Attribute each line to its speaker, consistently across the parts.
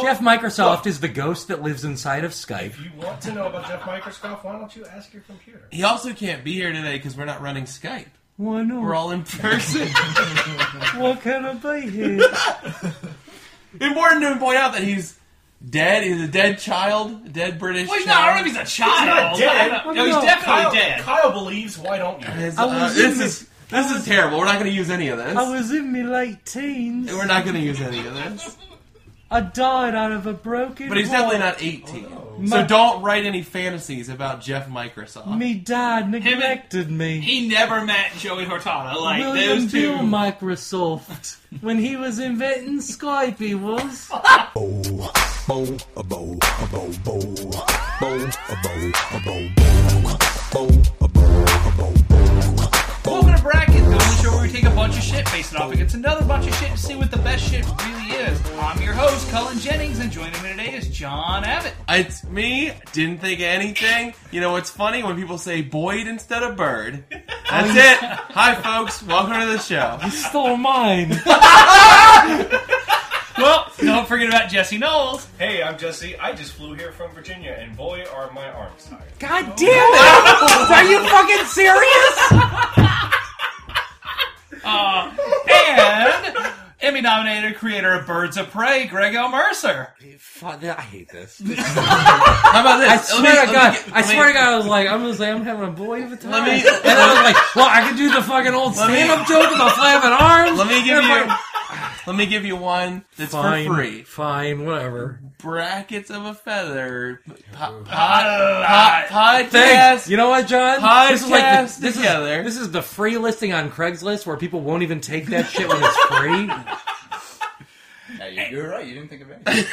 Speaker 1: Jeff Microsoft is the ghost that lives inside of Skype.
Speaker 2: If you want to know about Jeff Microsoft, why don't you ask your computer?
Speaker 3: He also can't be here today because we're not running Skype.
Speaker 1: Why not?
Speaker 3: We're all in person.
Speaker 1: What can I be here?
Speaker 3: Important to point out that he's dead. He's a dead child, a dead British.
Speaker 4: Wait, no, I don't
Speaker 3: child.
Speaker 4: know if he's a child.
Speaker 2: dead.
Speaker 4: I don't- No, he's
Speaker 1: No,
Speaker 2: Kyle,
Speaker 4: definitely dead.
Speaker 2: Kyle believes. Why don't you?
Speaker 3: His-
Speaker 1: I
Speaker 3: uh,
Speaker 1: was
Speaker 3: this
Speaker 1: in
Speaker 3: is this is terrible. We're not going to use any of this.
Speaker 1: I was in my late teens.
Speaker 3: We're not going to use any of this.
Speaker 1: I died out of a broken.
Speaker 3: But he's
Speaker 1: heart.
Speaker 3: definitely not 18.
Speaker 1: oh, My-
Speaker 3: So don't write any fantasies about Jeff Microsoft.
Speaker 1: Me dad neglected me.
Speaker 4: He never met Joey Hortata. Like
Speaker 1: William
Speaker 4: those two.
Speaker 1: Bill Microsoft. when he was inventing Skype, he was.
Speaker 4: Welcome to Bracket, the only show where we take a bunch of shit, face it off against another bunch of shit to see what the best shit really is. I'm your host, Cullen Jennings, and joining me today is John Abbott.
Speaker 3: It's me. Didn't think of anything. You know, it's funny when people say Boyd instead of Bird. That's it. Hi, folks. Welcome to the show.
Speaker 1: Stole mine.
Speaker 4: Well, don't forget about Jesse Knowles.
Speaker 2: Hey, I'm Jesse. I just flew here from Virginia, and boy, are my arms tired.
Speaker 1: God damn it! Are you fucking serious?
Speaker 4: And Emmy nominated creator of Birds of Prey, Greg L. Mercer.
Speaker 5: Fuck, I hate this.
Speaker 3: How about this?
Speaker 1: I
Speaker 3: Let me-
Speaker 1: swear to
Speaker 3: let
Speaker 1: God,
Speaker 3: me get-
Speaker 1: I
Speaker 3: let me-
Speaker 1: swear to God, I was like, I'm just like, I'm having a boy of a time.
Speaker 3: Let me-
Speaker 1: and I was like, well, I could do the fucking old
Speaker 3: Let me-
Speaker 1: stand-up joke about flapping arms.
Speaker 3: Let me give
Speaker 1: and
Speaker 3: you.
Speaker 1: fucking-
Speaker 3: Let me give you one that's
Speaker 1: Fine,
Speaker 3: for free.
Speaker 1: fine, whatever.
Speaker 3: Brackets of a feather. Po- po-
Speaker 4: Uh,
Speaker 3: podcast.
Speaker 1: Thanks. You know what, John? this is like
Speaker 3: Podcast
Speaker 1: the, this
Speaker 3: together.
Speaker 1: Is, this is the free listing on Craigslist where people won't even take that shit when it's free.
Speaker 5: Yeah, you're, you're right. You didn't think of anything.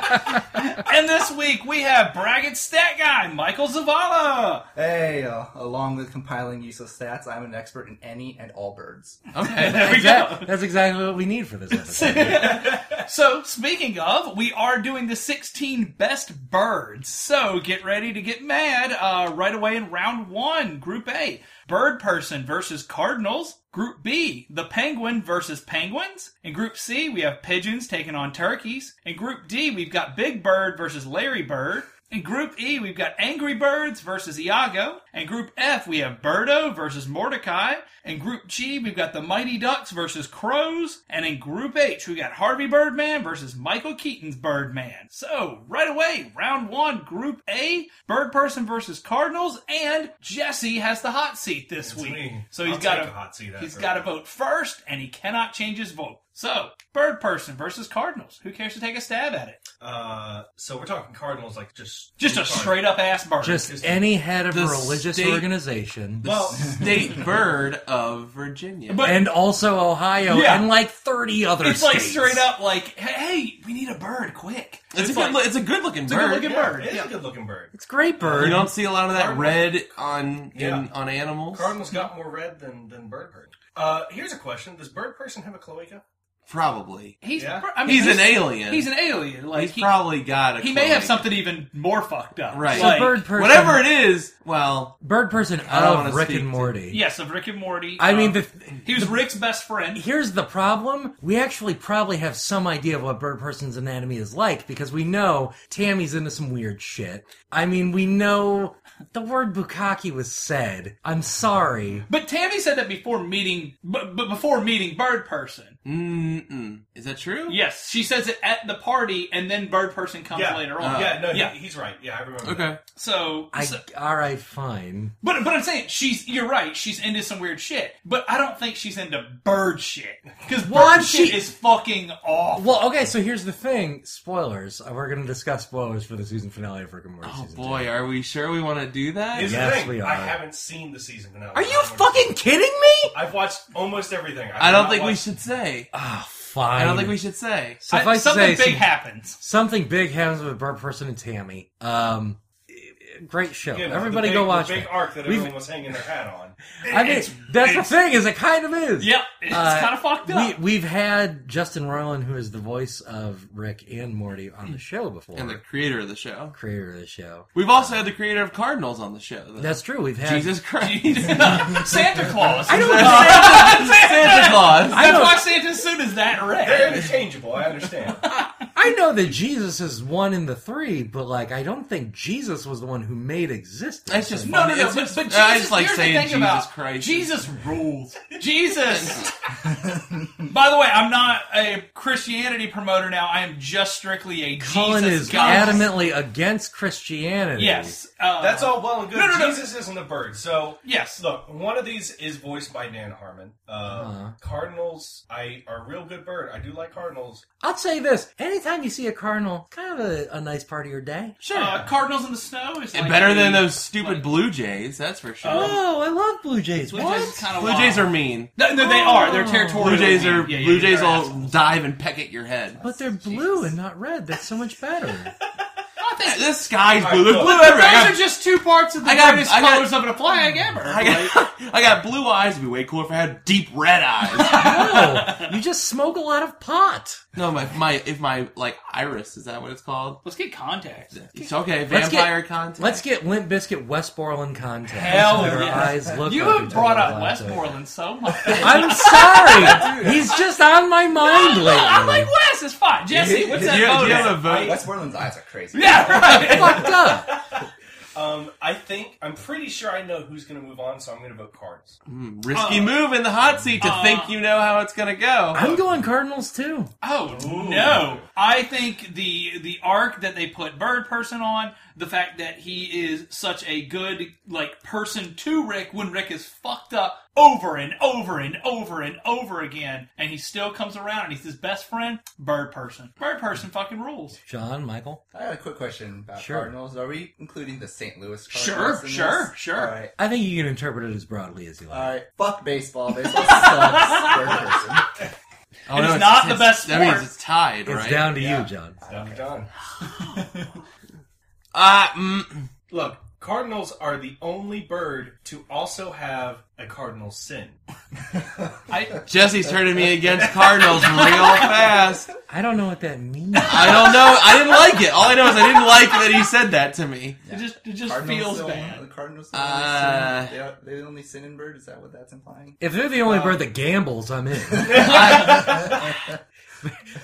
Speaker 4: and this week we have Bracket Stat Guy, Michael Zavala.
Speaker 5: hey, uh, along with compiling useless stats, I'm an expert in any and all birds.
Speaker 3: Okay.
Speaker 4: There we go.
Speaker 1: Exact- That's exactly what we need for this episode.
Speaker 4: So, speaking of, we are doing the 16 best birds. So, get ready to get mad uh, right away in round one, Group A. Bird person versus Cardinals. Group B, the penguin versus penguins. In Group C, we have pigeons taking on turkeys. In Group D, we've got Big Bird versus Larry Bird. In Group E, we've got Angry Birds versus Iago. And Group F, we have Birdo versus Mordecai. In Group G, we've got the Mighty Ducks versus Crows. And in Group H, we got Harvey Birdman versus Michael Keaton's Birdman. So, right away, round one, Group A, Bird Person versus Cardinals. And Jesse has the hot seat this
Speaker 2: That's
Speaker 4: week.
Speaker 2: me.
Speaker 4: So he's
Speaker 2: I'll
Speaker 4: got
Speaker 2: take
Speaker 4: to
Speaker 2: the hot seat
Speaker 4: He's
Speaker 2: after
Speaker 4: got to
Speaker 2: all.
Speaker 4: vote first, and he cannot change his vote. So, Bird Person versus Cardinals. Who cares to take a stab at it?
Speaker 2: Uh, so we're talking Cardinals, like just
Speaker 4: Just a
Speaker 2: Cardinals.
Speaker 4: straight up ass bird.
Speaker 1: Just any head of a
Speaker 3: The
Speaker 1: religious
Speaker 3: state-
Speaker 1: organization.
Speaker 2: Well,
Speaker 3: State bird of Virginia.
Speaker 4: But-
Speaker 1: and also Ohio
Speaker 4: Yeah.
Speaker 1: and like 30 other
Speaker 4: it's like
Speaker 1: states.
Speaker 4: straight up like, hey, we need a bird quick.
Speaker 3: it's, a good.
Speaker 4: like,
Speaker 3: Li- it's a good looking
Speaker 4: a
Speaker 3: bird.
Speaker 4: good-looking
Speaker 2: yeah,
Speaker 4: bird.
Speaker 2: It is
Speaker 4: Yeah.
Speaker 2: a good looking bird.
Speaker 1: It's great bird.
Speaker 3: You don't see a lot of that
Speaker 2: Cardinal.
Speaker 3: red on
Speaker 2: Yeah.
Speaker 3: in, on animals.
Speaker 2: Cardinals got more red than than bird bird. Uh, here's a question: Does bird person have a cloaca?
Speaker 3: Probably.
Speaker 4: he's,
Speaker 2: Yeah.
Speaker 4: I mean,
Speaker 3: He's an alien.
Speaker 4: He's an alien. Like
Speaker 3: He's
Speaker 4: he,
Speaker 3: probably got a.
Speaker 4: he may have
Speaker 3: cloaca.
Speaker 4: something even more fucked up.
Speaker 3: Right.
Speaker 1: So
Speaker 4: Like,
Speaker 1: bird person,
Speaker 3: Whatever it is, well,
Speaker 1: bird person
Speaker 3: I don't
Speaker 1: out of
Speaker 3: wanna
Speaker 1: Rick
Speaker 3: speak
Speaker 1: and
Speaker 3: to-
Speaker 1: Morty.
Speaker 4: Yes, of Rick and Morty.
Speaker 1: I
Speaker 4: Um,
Speaker 1: mean, the,
Speaker 4: he was Rick's best friend.
Speaker 1: here's the problem. We actually probably have some idea of what bird person's anatomy is like because we know Tammy's into some weird shit. I mean, we know the word bukkake was said. I'm sorry.
Speaker 4: But Tammy said that before meeting, but but before meeting Bird Person.
Speaker 3: Hmm? mm-mm. is that true?
Speaker 4: Yes, she says it at the party, and then Bird Person comes later
Speaker 3: Uh,
Speaker 4: on.
Speaker 2: yeah, no,
Speaker 4: yeah.
Speaker 2: He, he's right. Yeah, I remember. that.
Speaker 3: Okay.
Speaker 4: So,
Speaker 1: I,
Speaker 4: so-
Speaker 1: all right, fine.
Speaker 4: but but I'm saying she's you're right. She's into some weird shit, but I don't think she's into bird shit because bird
Speaker 1: Well,
Speaker 4: shit
Speaker 1: she-
Speaker 4: is fucking awful.
Speaker 1: Well, okay, so here's the thing. Spoilers. Uh, We're going to discuss spoilers for the season finale of Rick and Morty
Speaker 3: Oh
Speaker 1: season two.
Speaker 3: boy, are we sure we want to do that?
Speaker 2: Here's
Speaker 1: Yes,
Speaker 2: the thing:
Speaker 1: we are.
Speaker 2: I haven't seen the season finale.
Speaker 1: Are you fucking kidding me?
Speaker 2: I've watched almost everything. I've
Speaker 3: I don't
Speaker 2: not
Speaker 3: think we
Speaker 2: watched-
Speaker 3: should say.
Speaker 1: Ah, fine.
Speaker 3: I don't think we should say.
Speaker 4: I-
Speaker 1: Suffice to
Speaker 4: something
Speaker 1: say,
Speaker 4: big
Speaker 1: some-
Speaker 4: happens.
Speaker 1: something big happens with Bird Person and Tammy. Um, great show.
Speaker 2: You know,
Speaker 1: Everybody
Speaker 2: the
Speaker 1: go
Speaker 2: big-
Speaker 1: watch
Speaker 2: the big
Speaker 1: it.
Speaker 2: arc that
Speaker 1: We've-
Speaker 2: everyone was hanging their hat on.
Speaker 1: I mean, that's the thing is, it kind of is.
Speaker 4: Yep, it's
Speaker 1: Uh,
Speaker 4: kind of fucked
Speaker 1: We,
Speaker 4: up.
Speaker 1: we've had Justin Roiland, who is the voice of Rick and Morty, on the show before,
Speaker 3: And the creator of the show.
Speaker 1: creator of the show.
Speaker 3: We've also had the creator of Cardinals on the show. though.
Speaker 1: That's true. We've had
Speaker 3: Jesus Christ.
Speaker 4: Santa Claus.
Speaker 1: I don't
Speaker 3: Santa Claus.
Speaker 4: That's
Speaker 1: don't-
Speaker 4: why Santa's suit is that red.
Speaker 2: They're interchangeable. I understand.
Speaker 1: I I know that Jesus is one in the three, but like I don't think Jesus was the one who made existence.
Speaker 3: It's just
Speaker 4: No, no,
Speaker 3: funny.
Speaker 4: no.
Speaker 3: It's
Speaker 4: But,
Speaker 3: just-
Speaker 4: but Jesus,
Speaker 3: I just like
Speaker 4: here's
Speaker 3: saying
Speaker 4: the thing
Speaker 3: Jesus
Speaker 4: about
Speaker 3: Christ.
Speaker 4: Jesus rules. Jesus. By the way, I'm not a Christianity promoter now. I am just strictly a
Speaker 1: Cullen
Speaker 4: Jesus
Speaker 1: is
Speaker 4: guy.
Speaker 1: adamantly against Christianity.
Speaker 4: Yes. Uh,
Speaker 2: That's all well and good.
Speaker 4: No, no, no.
Speaker 2: Jesus isn't a bird. So
Speaker 4: Yes.
Speaker 2: look, one of these is voiced by Dan Harmon. Uh,
Speaker 4: Uh-huh.
Speaker 2: Cardinals, I are a real good bird. I do like cardinals.
Speaker 1: I'll say this: anytime you see a cardinal, it's kind of a, a nice part of your day.
Speaker 4: Sure. Uh, Cardinals in the snow is like
Speaker 3: better
Speaker 4: the-
Speaker 3: than those stupid
Speaker 4: like-
Speaker 3: Blue Jays, that's for sure.
Speaker 1: Oh, I love Blue Jays. Oh.
Speaker 4: Blue
Speaker 1: what?
Speaker 4: Jays kind of
Speaker 3: Blue Jays are mean.
Speaker 4: No, no, they are. They're territorial.
Speaker 3: Blue Jays are
Speaker 4: Yeah, yeah,
Speaker 3: Blue
Speaker 4: yeah,
Speaker 3: Jays
Speaker 4: they're
Speaker 3: will
Speaker 4: assholes.
Speaker 3: dive and peck at your head.
Speaker 1: but they're blue and not red. That's so much better.
Speaker 3: I think the sky's blue. There's
Speaker 2: look,
Speaker 3: blue
Speaker 4: But those
Speaker 3: everywhere. I got-
Speaker 4: are just two parts of the
Speaker 3: I got-
Speaker 4: greatest
Speaker 3: I got-
Speaker 4: colors of a flag ever.
Speaker 3: I got, I got blue eyes. It'd be way cooler if I had deep red eyes.
Speaker 1: no, you just smoke a lot of pot.
Speaker 3: no, my, my if my like iris is that what it's called?
Speaker 4: Let's get contacts.
Speaker 3: It's okay.
Speaker 1: Let's get-
Speaker 3: Vampire content.
Speaker 1: Let's get Limp Biscuit Westmoreland contact.
Speaker 4: Hell
Speaker 1: Their
Speaker 4: yes.
Speaker 1: eyes look
Speaker 4: You
Speaker 1: like
Speaker 4: have
Speaker 1: each
Speaker 4: brought
Speaker 1: other
Speaker 4: up
Speaker 1: like that.
Speaker 4: Westmoreland so much.
Speaker 1: I'm sorry. He's just on my mind lately.
Speaker 4: I'm like, Wes is fine. Jesse, what's
Speaker 3: do
Speaker 4: that
Speaker 3: you, do
Speaker 4: photo?
Speaker 3: you have a vote?
Speaker 5: Westmoreland's eyes are crazy.
Speaker 4: yeah, right.
Speaker 1: fucked up.
Speaker 2: Um, I think I'm pretty sure I know who's going to move on, so I'm going to vote Cardinals.
Speaker 3: Mm, risky
Speaker 4: Uh,
Speaker 3: move in the hot seat to
Speaker 4: uh,
Speaker 3: think you know how it's gonna go.
Speaker 1: I'm going Cardinals too.
Speaker 4: Oh no! I think the the arc that they put Bird Person on, the fact that he is such a good like person to Rick when Rick is fucked up over and over and over and over again, and he still comes around and he's his best friend. Bird Person, Bird Person, fucking rules.
Speaker 1: John, Michael.
Speaker 5: I got a quick question about
Speaker 1: Sure.
Speaker 5: Cardinals. Are we including the St. Louis
Speaker 4: Sure,
Speaker 5: Cardinals? in
Speaker 4: sure,
Speaker 5: this?
Speaker 4: sure.
Speaker 5: All right.
Speaker 1: I think you can interpret it as broadly as you like.
Speaker 5: All right. Fuck baseball. Baseball sucks. Bird person.
Speaker 3: Oh,
Speaker 4: It is not the best
Speaker 3: That means
Speaker 4: sport.
Speaker 3: it's tied,
Speaker 1: it's
Speaker 3: right?
Speaker 1: down to
Speaker 5: Yeah.
Speaker 1: you, John.
Speaker 2: I'm done.
Speaker 3: Uh, mm,
Speaker 2: Look, cardinals are the only bird to also have a cardinal sin.
Speaker 4: I
Speaker 3: Jesse's turning me against Cardinals real fast.
Speaker 1: I don't know what that means.
Speaker 3: I don't know. I didn't like it. All I know is I didn't like that he said that to me.
Speaker 4: it just it just
Speaker 5: Cardinals
Speaker 4: feels
Speaker 5: still-
Speaker 4: bad.
Speaker 5: The Cardinals. Still
Speaker 3: Uh,
Speaker 5: only sin, they, they only sin in bird. Is that what that's implying?
Speaker 1: If they're the
Speaker 4: Uh,
Speaker 1: only bird that gambles, I'm in.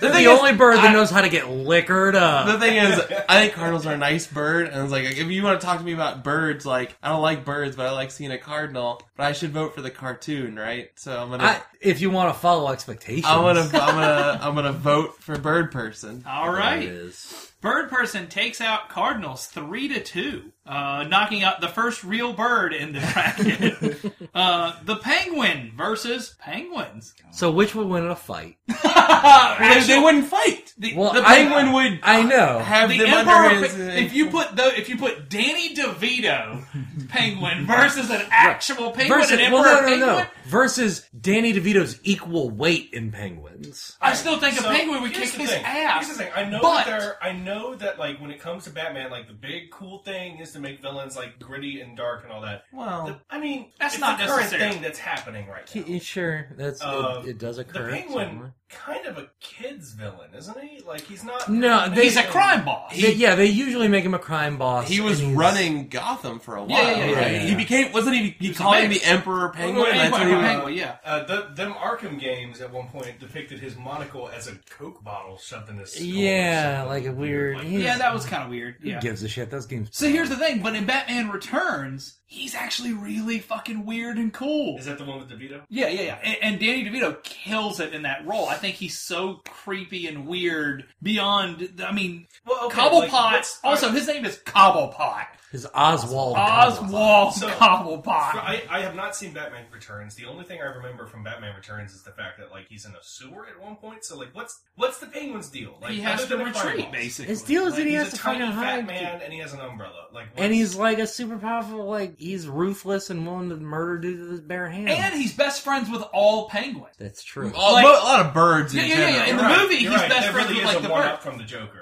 Speaker 1: they're the
Speaker 3: thing
Speaker 1: only bird that
Speaker 3: I-
Speaker 1: knows how to get liquored up.
Speaker 3: The thing is, I think cardinals are a nice bird, and it's like if you want to talk to me about birds, like I don't like birds, but I like seeing a cardinal. But I should vote for the cartoon, right? So I'm gonna,
Speaker 1: I,
Speaker 3: I,
Speaker 1: if you want to follow expectations,
Speaker 3: am gonna, I'm gonna, I'm gonna vote for bird person.
Speaker 4: All
Speaker 1: There it
Speaker 4: right.
Speaker 1: is.
Speaker 4: Bird person takes out Cardinals three to two, uh, knocking out the first real bird in the bracket. uh, the Penguin versus Penguins. Uh,
Speaker 1: So which would win in a fight?
Speaker 3: They, they wouldn't fight.
Speaker 4: The,
Speaker 1: Well,
Speaker 4: the,
Speaker 3: The penguin would
Speaker 1: I know.
Speaker 3: have
Speaker 4: the
Speaker 3: them
Speaker 4: Emperor.
Speaker 3: under his.
Speaker 4: Pe- if you put the, if you put Danny DeVito Penguin versus an actual Penguin,
Speaker 1: Versus,
Speaker 4: an Emperor
Speaker 1: well, no, no,
Speaker 4: Penguin.
Speaker 1: no. Versus Danny DeVito's equal weight in penguins.
Speaker 4: I still think
Speaker 2: So,
Speaker 4: a penguin would
Speaker 2: here's
Speaker 4: kick
Speaker 2: the
Speaker 4: his
Speaker 2: thing.
Speaker 4: ass.
Speaker 2: Here's the thing. I know
Speaker 4: but
Speaker 2: that there, I know that like when it comes to Batman, like the big cool thing is to make villains like gritty and dark and all that.
Speaker 3: well,
Speaker 2: The- I mean,
Speaker 4: That's
Speaker 2: it's
Speaker 4: not
Speaker 2: the current
Speaker 4: necessary.
Speaker 2: thing that's happening right now.
Speaker 1: K- Sure, that's
Speaker 2: Uh,
Speaker 1: it, it. Does
Speaker 2: The
Speaker 1: occur.
Speaker 2: penguin,
Speaker 1: somewhere.
Speaker 2: kind of a kid's villain, isn't he? Like he's not.
Speaker 1: No, they-
Speaker 4: he's a crime boss.
Speaker 1: They- yeah, they usually make him a crime boss.
Speaker 3: he was
Speaker 1: and he's-
Speaker 3: running Gotham for a while.
Speaker 4: yeah,
Speaker 3: right?
Speaker 4: yeah,
Speaker 1: yeah, yeah.
Speaker 3: He became wasn't he? He
Speaker 4: was
Speaker 3: called
Speaker 4: the
Speaker 3: him the
Speaker 4: mayor.
Speaker 3: Emperor
Speaker 2: Oh,
Speaker 3: Penguin. That's what he
Speaker 4: Penguin,
Speaker 3: was-
Speaker 4: Penguin, yeah.
Speaker 2: Uh, the, them Arkham games at one point depicted his monocle as a Coke bottle shoved in his skull. or
Speaker 1: Yeah,
Speaker 2: something
Speaker 1: like a weird.
Speaker 2: like
Speaker 1: he's-
Speaker 4: Yeah, that was kind of weird.
Speaker 1: Who
Speaker 4: Yeah.
Speaker 1: gives a shit? Those games.
Speaker 4: So here's the thing, but in Batman Returns, he's actually really fucking weird and cool.
Speaker 2: Is that the one with DeVito?
Speaker 4: Yeah, yeah, yeah. And, and Danny DeVito kills it in that role. I think he's so creepy and weird beyond. I mean,
Speaker 2: Well, okay,
Speaker 4: Cobblepot.
Speaker 2: like, what's-
Speaker 4: also, his name is Cobblepot.
Speaker 1: His Oswald.
Speaker 4: Oswald
Speaker 2: So-
Speaker 4: Cobblepot.
Speaker 2: I, I have not seen Batman Returns. The only thing I remember from Batman Returns is the fact that like he's in a sewer at one point. So like, what's what's the Penguin's deal? Like
Speaker 4: he has
Speaker 2: other
Speaker 4: to
Speaker 2: than a crime
Speaker 4: retreat,
Speaker 2: boss?
Speaker 4: basically.
Speaker 1: His deal is
Speaker 2: Like,
Speaker 1: that he
Speaker 2: he's
Speaker 1: has
Speaker 2: a
Speaker 1: to
Speaker 2: tiny
Speaker 1: fucking
Speaker 2: fat
Speaker 1: hide.
Speaker 2: man, and he has an umbrella. Like,
Speaker 1: And
Speaker 2: what's-
Speaker 1: he's like a super powerful, like he's ruthless and willing to murder dudes with his bare hands.
Speaker 4: and Oh. he's best friends with all penguins.
Speaker 1: That's true.
Speaker 3: All-
Speaker 2: Oh,
Speaker 4: Like-
Speaker 3: a lot of birds in
Speaker 4: Yeah, yeah, yeah,
Speaker 3: general.
Speaker 4: yeah, in
Speaker 2: You're
Speaker 4: the
Speaker 2: right,
Speaker 4: movie,
Speaker 2: you're
Speaker 4: he's
Speaker 2: right.
Speaker 4: best
Speaker 2: There
Speaker 4: friends
Speaker 2: really
Speaker 4: with
Speaker 2: is
Speaker 4: like
Speaker 2: a
Speaker 4: the
Speaker 2: one
Speaker 4: bird.
Speaker 2: up from the Joker.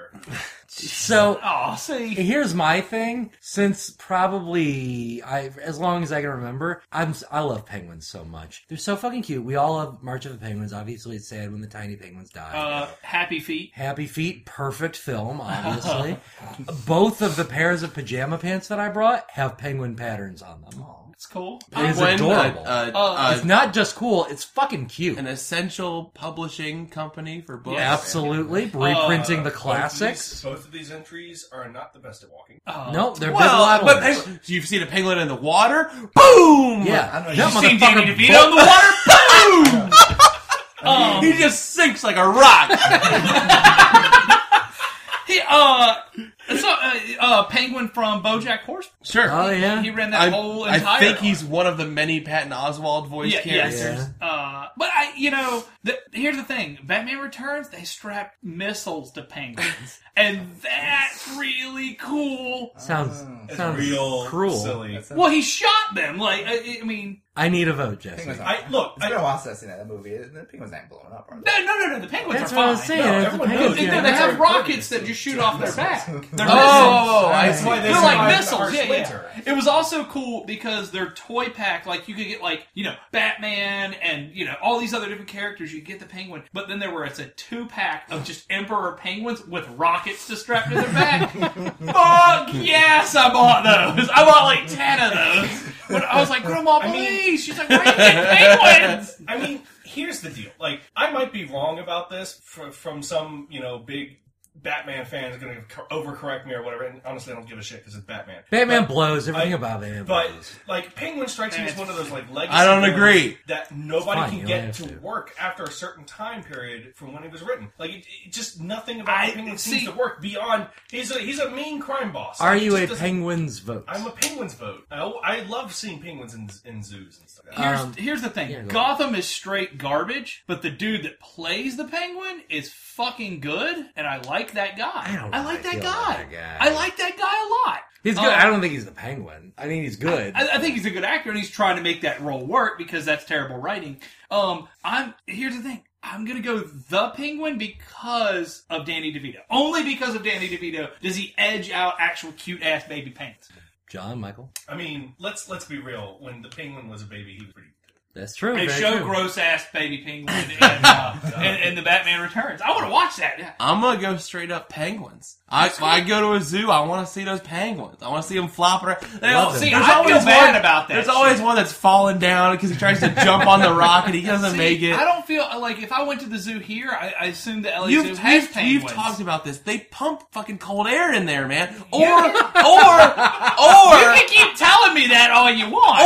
Speaker 1: So
Speaker 4: Oh, see.
Speaker 1: Here's my thing. Since probably I, as long as I can remember, I'm s- I love penguins so much. They're so fucking cute. We all love March of the Penguins. Obviously, it's sad when the tiny penguins die.
Speaker 4: Uh, happy feet.
Speaker 1: Happy Feet, perfect film, obviously. Both of the pairs of pajama pants that I brought have penguin patterns on them.
Speaker 4: That's cool.
Speaker 1: It is
Speaker 3: when
Speaker 1: adorable.
Speaker 3: A, a,
Speaker 4: Oh,
Speaker 3: a-
Speaker 1: it's not just cool; it's fucking cute.
Speaker 3: uh, an essential publishing company for books.
Speaker 4: Yeah,
Speaker 1: Absolutely,
Speaker 4: Uh,
Speaker 1: reprinting the classics.
Speaker 2: Both of these entries are not the best at walking.
Speaker 4: Uh,
Speaker 1: No, they're
Speaker 3: Well,
Speaker 1: big
Speaker 3: but
Speaker 1: waddlers.
Speaker 3: peng- so you've seen a penguin in the water. Boom!
Speaker 1: yeah,
Speaker 5: I
Speaker 1: That
Speaker 5: don't know,
Speaker 4: You seen
Speaker 1: motherfucker
Speaker 4: Danny DeVito in
Speaker 3: Boom!
Speaker 4: the water? Um,
Speaker 3: he just sinks like a rock.
Speaker 4: He, uh, so, uh, uh, Penguin from BoJack Horseman.
Speaker 3: sure.
Speaker 1: Oh yeah,
Speaker 4: He ran that
Speaker 3: I,
Speaker 4: whole
Speaker 3: I
Speaker 4: entire.
Speaker 3: think he's one of the many Patton Oswald voice
Speaker 4: Yeah,
Speaker 3: characters.
Speaker 4: yes. Uh, but I, you know, the, here's the thing: Batman Returns. They strap missiles to penguins, and that's really cool.
Speaker 1: sounds
Speaker 2: It's
Speaker 1: sounds
Speaker 2: real
Speaker 1: cruel.
Speaker 2: silly.
Speaker 5: That's-
Speaker 4: Well, he shot them. Like, I, I mean,
Speaker 1: I need a vote, Jesse.
Speaker 5: Penguins aren't-
Speaker 2: I look.
Speaker 5: It's
Speaker 2: I,
Speaker 5: been a while since I've seen that movie. The penguins ain't blowing up, are they?
Speaker 4: no, no, no, no. The penguins
Speaker 1: That's
Speaker 4: are
Speaker 1: what I
Speaker 4: fine.
Speaker 1: was saying.
Speaker 4: No,
Speaker 1: it's the
Speaker 2: everyone knows
Speaker 1: penguins,
Speaker 4: they,
Speaker 1: yeah.
Speaker 4: they
Speaker 2: That's
Speaker 4: have
Speaker 2: our
Speaker 4: rockets
Speaker 2: goodness.
Speaker 4: that just shoot off their back. They're
Speaker 3: Oh, I
Speaker 5: That's
Speaker 3: see.
Speaker 5: why
Speaker 2: they
Speaker 4: They're
Speaker 2: survived
Speaker 4: like
Speaker 2: the
Speaker 4: missiles,
Speaker 2: harsh
Speaker 4: yeah,
Speaker 2: winter.
Speaker 4: yeah. It was also cool because they're toy pack. Like you could get like you know Batman and you know all these other different characters. You could get the Penguin, but then there were it's a two pack of just Emperor penguins with rockets to strap to their back. Fuck yes, I bought those. I bought like ten of those. When I was like, Grandma, please.
Speaker 2: I mean-
Speaker 4: She's like, why do you get penguins?
Speaker 2: I mean, here's the deal. Like, I might be wrong about this fr- from some, you know, big Batman fan is going to co- overcorrect me or whatever. And honestly, I don't give a shit because it's Batman.
Speaker 1: Batman blows. Everything
Speaker 2: I-
Speaker 1: about Batman
Speaker 2: But
Speaker 1: blows.
Speaker 2: like, Penguin strikes me as one of those like legacy.
Speaker 3: I don't
Speaker 2: villains
Speaker 3: agree.
Speaker 2: That nobody
Speaker 1: It's fine,
Speaker 2: can
Speaker 1: you
Speaker 2: get
Speaker 1: don't
Speaker 2: to
Speaker 1: have to.
Speaker 2: work after a certain time period from when it was written. Like, it, it just nothing about
Speaker 4: I-
Speaker 2: the Penguin
Speaker 4: see-
Speaker 2: seems to work beyond. He's a he's a mean crime boss.
Speaker 1: Are
Speaker 2: It
Speaker 1: you
Speaker 2: just
Speaker 1: a
Speaker 2: doesn't-
Speaker 1: Penguins vote?
Speaker 2: I'm a penguins vote. I, I love seeing penguins in, in zoos and stuff.
Speaker 4: Here's,
Speaker 1: Um,
Speaker 4: here's the thing.
Speaker 1: yeah, go
Speaker 4: Gotham is straight garbage, but the dude that plays the Penguin is fucking good, and I like that guy.
Speaker 1: I don't
Speaker 4: like that
Speaker 1: really feel
Speaker 4: guy.
Speaker 1: about that guy.
Speaker 4: I like that guy a lot.
Speaker 1: he's good.
Speaker 4: Um,
Speaker 1: I don't think he's the Penguin. I think he's good.
Speaker 4: I, I think he's a good actor, and he's trying to make that role work because that's terrible writing. Um, I'm here's the thing. I'm gonna go the Penguin because of Danny DeVito. Only because of Danny DeVito does he edge out actual cute ass baby penguins.
Speaker 1: John Michael.
Speaker 2: I mean, let's let's be real. When the penguin was a baby, he was pretty.
Speaker 1: That's true.
Speaker 4: They
Speaker 1: very
Speaker 4: show
Speaker 1: true.
Speaker 4: gross ass baby penguin and, uh, and, and the Batman Returns. I want to watch that. Yeah.
Speaker 3: I'm gonna go straight up penguins. I, if I go to a zoo, I want to see those penguins. I want to see them flopping around. They
Speaker 1: Love
Speaker 3: all,
Speaker 1: them.
Speaker 3: see,
Speaker 4: I
Speaker 3: there's
Speaker 4: feel
Speaker 3: always
Speaker 4: bad
Speaker 3: one
Speaker 4: about that
Speaker 3: There's
Speaker 4: shit.
Speaker 3: always one that's falling down because he tries to jump on the rock and he doesn't
Speaker 4: See,
Speaker 3: make it.
Speaker 4: I don't feel like if I went to the zoo here, I, I assume the LA
Speaker 3: You've,
Speaker 4: Zoo has
Speaker 3: you've,
Speaker 4: penguins.
Speaker 3: you've talked about this. They pump fucking cold air in there, man. Or
Speaker 4: you
Speaker 3: or
Speaker 4: can keep telling me that all you want.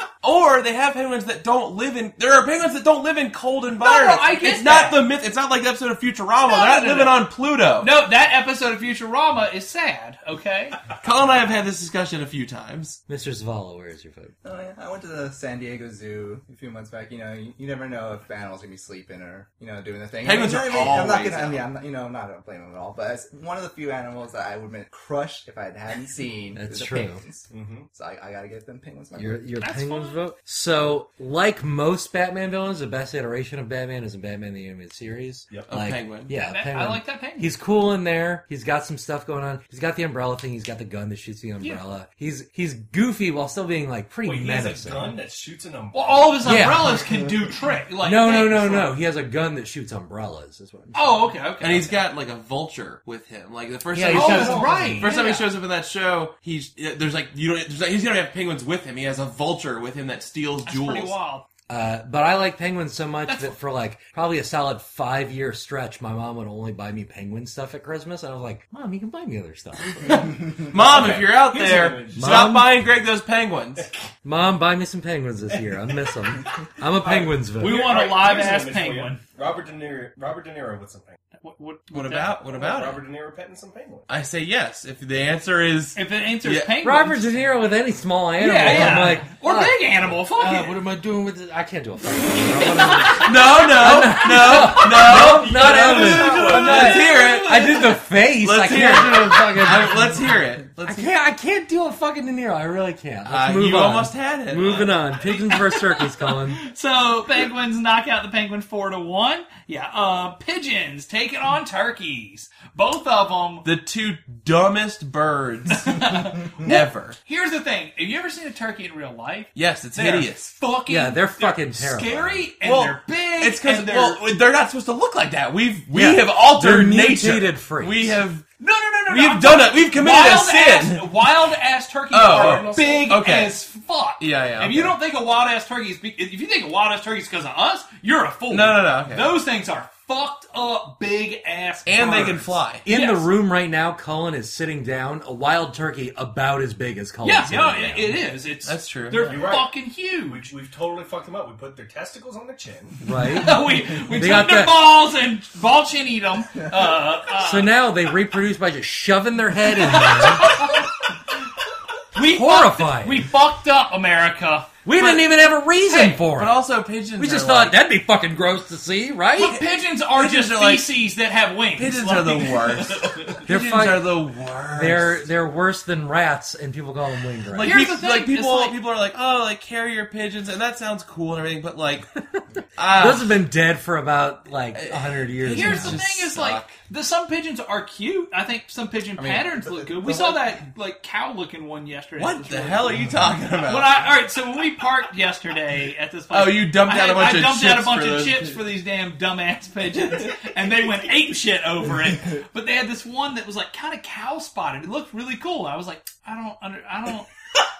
Speaker 3: or or or they have penguins that don't live in. There are penguins that don't live in cold environments.
Speaker 4: I get
Speaker 3: it's not
Speaker 4: that.
Speaker 3: the myth. It's not like the episode of Futurama.
Speaker 4: No,
Speaker 3: They're not
Speaker 4: no, no,
Speaker 3: living
Speaker 4: no.
Speaker 3: on Pluto.
Speaker 4: No, that episode of Futurama is sad. Okay,
Speaker 3: Colin and I have had this discussion a few times.
Speaker 1: Mr. Zavala, where is your vote?
Speaker 5: Oh yeah, I went to the San Diego Zoo a few months back. You know, you, you never know if animals are gonna be sleeping or you know doing their thing.
Speaker 3: Penguins
Speaker 5: You know
Speaker 3: are
Speaker 5: what I mean? I'm not
Speaker 3: always
Speaker 5: gonna. I mean,
Speaker 3: out.
Speaker 5: I'm not, you know, I'm not gonna blame them at all. But it's one of the few animals that I would have been crushed if I hadn't seen.
Speaker 1: That's
Speaker 5: is the
Speaker 1: true.
Speaker 5: Penguins.
Speaker 2: Mm-hmm.
Speaker 5: So I, I gotta get them penguins. My
Speaker 1: Your your
Speaker 4: That's
Speaker 1: Penguins
Speaker 4: fine.
Speaker 1: vote. So, like most Batman villains, the best iteration of Batman is in Batman the Animated Series.
Speaker 2: Yep.
Speaker 3: A
Speaker 1: Like,
Speaker 3: penguin.
Speaker 1: Yeah,
Speaker 4: That-
Speaker 1: penguin.
Speaker 4: I like that penguin.
Speaker 1: He's cool in there. He's got some stuff going on. He's got the umbrella thing. He's got the gun that shoots the umbrella. He's he's goofy while still being like pretty
Speaker 2: Wait, he has a
Speaker 1: menacing.
Speaker 2: gun that shoots an
Speaker 4: well,
Speaker 2: umbrella.
Speaker 4: all of his
Speaker 1: Yeah.
Speaker 4: umbrellas can do trick. Like
Speaker 1: no, no,
Speaker 4: things,
Speaker 1: no,
Speaker 4: like-
Speaker 1: no. He has a gun that shoots umbrellas. Is what. I'm saying.
Speaker 4: Oh, okay, okay.
Speaker 3: And he's got like a vulture with him. Like the first
Speaker 1: Yeah,
Speaker 3: time he
Speaker 1: he's
Speaker 3: shows,
Speaker 1: got-
Speaker 4: oh, right.
Speaker 3: first time he
Speaker 4: yeah.
Speaker 3: shows up in that show, he's yeah, there's like you don't there's like, he's gonna have penguins with him. He has a vulture with him that steals
Speaker 4: That's pretty
Speaker 3: jewels.
Speaker 4: wild.
Speaker 1: Uh, but I like penguins so much
Speaker 4: That's-
Speaker 1: that for like probably a solid five year stretch, my mom would only buy me penguin stuff at Christmas, and I was like, "Mom, you can buy me other stuff.
Speaker 3: Mom, if you're out
Speaker 2: Here's an
Speaker 3: there,
Speaker 2: image.
Speaker 3: stop
Speaker 1: Mom?
Speaker 3: buying Greg those penguins.
Speaker 1: Mom, buy me some penguins this year. I miss them. I'm a penguins vote.
Speaker 4: We
Speaker 2: Here-
Speaker 4: want a
Speaker 2: all right,
Speaker 4: live
Speaker 2: here's an
Speaker 4: ass
Speaker 2: image for you.
Speaker 4: penguin.
Speaker 2: Robert De Niro. Robert De Niro with some penguin.
Speaker 4: What, what,
Speaker 3: What about what about
Speaker 2: Robert
Speaker 3: it?
Speaker 2: De Niro petting some penguin.
Speaker 3: I say yes if the answer is
Speaker 4: If it answers
Speaker 3: Yeah.
Speaker 4: penguins,
Speaker 1: Robert De Niro with any small animal,
Speaker 4: yeah, yeah,
Speaker 1: I'm like,
Speaker 4: or
Speaker 1: "Ah,
Speaker 4: big animal. Fuck
Speaker 3: Uh,
Speaker 1: ah,
Speaker 4: it.
Speaker 1: what am I doing with this? I can't do a fucking
Speaker 3: no, no, no, no,
Speaker 1: Not Evan.
Speaker 3: Let's hear it.
Speaker 1: I did the face.
Speaker 3: Let's
Speaker 1: I
Speaker 3: hear
Speaker 1: can't
Speaker 3: it.
Speaker 1: do a fucking.
Speaker 3: I- let's hear it.
Speaker 1: I
Speaker 3: Let's.
Speaker 1: can't. I can't do a fucking De Niro. I really can't.
Speaker 3: Uh,
Speaker 1: Let's move
Speaker 3: you
Speaker 1: on.
Speaker 3: almost had it.
Speaker 1: Moving on. Pigeons versus turkeys, Colin.
Speaker 4: So penguins knock out the penguin four to one. Yeah, uh, pigeons taking on turkeys. Both of them.
Speaker 3: The two dumbest birds ever.
Speaker 4: Here's the thing: Have you ever seen a turkey in real life?
Speaker 3: Yes, it's
Speaker 4: They're
Speaker 3: hideous.
Speaker 4: Fucking
Speaker 1: Yeah, they're fucking terrible.
Speaker 4: scary and
Speaker 3: Well,
Speaker 4: they're big.
Speaker 3: It's because
Speaker 4: and they're
Speaker 3: well, they're not supposed to look like that. We've we
Speaker 1: Yeah.
Speaker 3: have altered
Speaker 1: They're
Speaker 3: nature.
Speaker 1: mutated freaks.
Speaker 3: We have
Speaker 4: no, no, no, no.
Speaker 3: we
Speaker 4: no,
Speaker 3: have
Speaker 4: I'm
Speaker 3: done
Speaker 4: talking-
Speaker 3: it. We've committed a sin.
Speaker 4: Ass, wild ass turkeys
Speaker 3: Oh,
Speaker 4: are big
Speaker 3: okay.
Speaker 4: as fuck.
Speaker 3: Yeah, yeah,
Speaker 4: If you
Speaker 3: okay.
Speaker 4: don't think a wild ass turkey is, big- if you think a wild ass turkey is because of us, you're a fool.
Speaker 3: No, no, no, okay.
Speaker 4: Those things are fucked up, big ass,
Speaker 3: and they can
Speaker 4: birds.
Speaker 3: fly.
Speaker 1: In the
Speaker 4: Yes.
Speaker 1: room right now, Cullen is sitting down. A wild turkey about as big as Cullen.
Speaker 4: Yeah, no, it, it is. It's
Speaker 3: That's true.
Speaker 4: They're
Speaker 2: You're right.
Speaker 4: fucking
Speaker 2: We,
Speaker 4: huge.
Speaker 2: we've totally fucked them up. We put their testicles on their chin.
Speaker 1: right.
Speaker 4: we we
Speaker 1: They
Speaker 4: took
Speaker 1: got
Speaker 4: their
Speaker 1: that-
Speaker 4: balls and ball chin eat them. Uh, uh,
Speaker 1: So now they reproduce by just shoving their head in there.
Speaker 4: we
Speaker 1: Horrifying.
Speaker 4: Fucked, we fucked up America.
Speaker 1: We didn't even have a reason
Speaker 4: Hey,
Speaker 1: for it.
Speaker 3: But also pigeons.
Speaker 1: we just
Speaker 3: are
Speaker 1: thought
Speaker 3: like-
Speaker 1: that'd be fucking gross to see,
Speaker 4: But
Speaker 1: right?
Speaker 4: pigeons are
Speaker 3: Pigeons
Speaker 4: just
Speaker 3: are like-
Speaker 4: species that have wings.
Speaker 3: pigeons
Speaker 4: Like-
Speaker 3: are the worst.
Speaker 1: They're
Speaker 3: pigeons
Speaker 1: fi-
Speaker 3: are the worst.
Speaker 1: They're they're worse than rats, and people call them winged rats.
Speaker 3: like,
Speaker 4: Here's
Speaker 3: peop-
Speaker 4: the thing,
Speaker 3: like people,
Speaker 4: it's like-
Speaker 3: people are like, oh, like carrier pigeons, and that sounds cool and everything, but like, ah,
Speaker 1: Those have been dead for about like hundred years.
Speaker 4: Here's the
Speaker 1: now.
Speaker 4: thing:
Speaker 3: just
Speaker 4: is
Speaker 3: suck.
Speaker 4: like the, some pigeons are cute. I think some pigeon
Speaker 5: mean,
Speaker 4: patterns look good. We
Speaker 5: the-
Speaker 4: saw that like cow looking one yesterday. It
Speaker 3: what
Speaker 4: was
Speaker 3: the
Speaker 4: really
Speaker 3: hell are
Speaker 4: cool.
Speaker 3: you talking about?
Speaker 4: When I, all right, so when we parked yesterday at this place,
Speaker 3: Oh, you dumped
Speaker 4: I
Speaker 3: out a
Speaker 4: had-
Speaker 3: bunch
Speaker 4: I
Speaker 3: of
Speaker 4: dumped out a
Speaker 3: chips
Speaker 4: bunch
Speaker 3: for
Speaker 4: of
Speaker 3: those
Speaker 4: chips
Speaker 3: pig-
Speaker 4: for these damn dumbass pigeons, and they went ape shit over it. But they had this one that was like kind of cow spotted. It looked really cool. I was like, I don't under, I don't.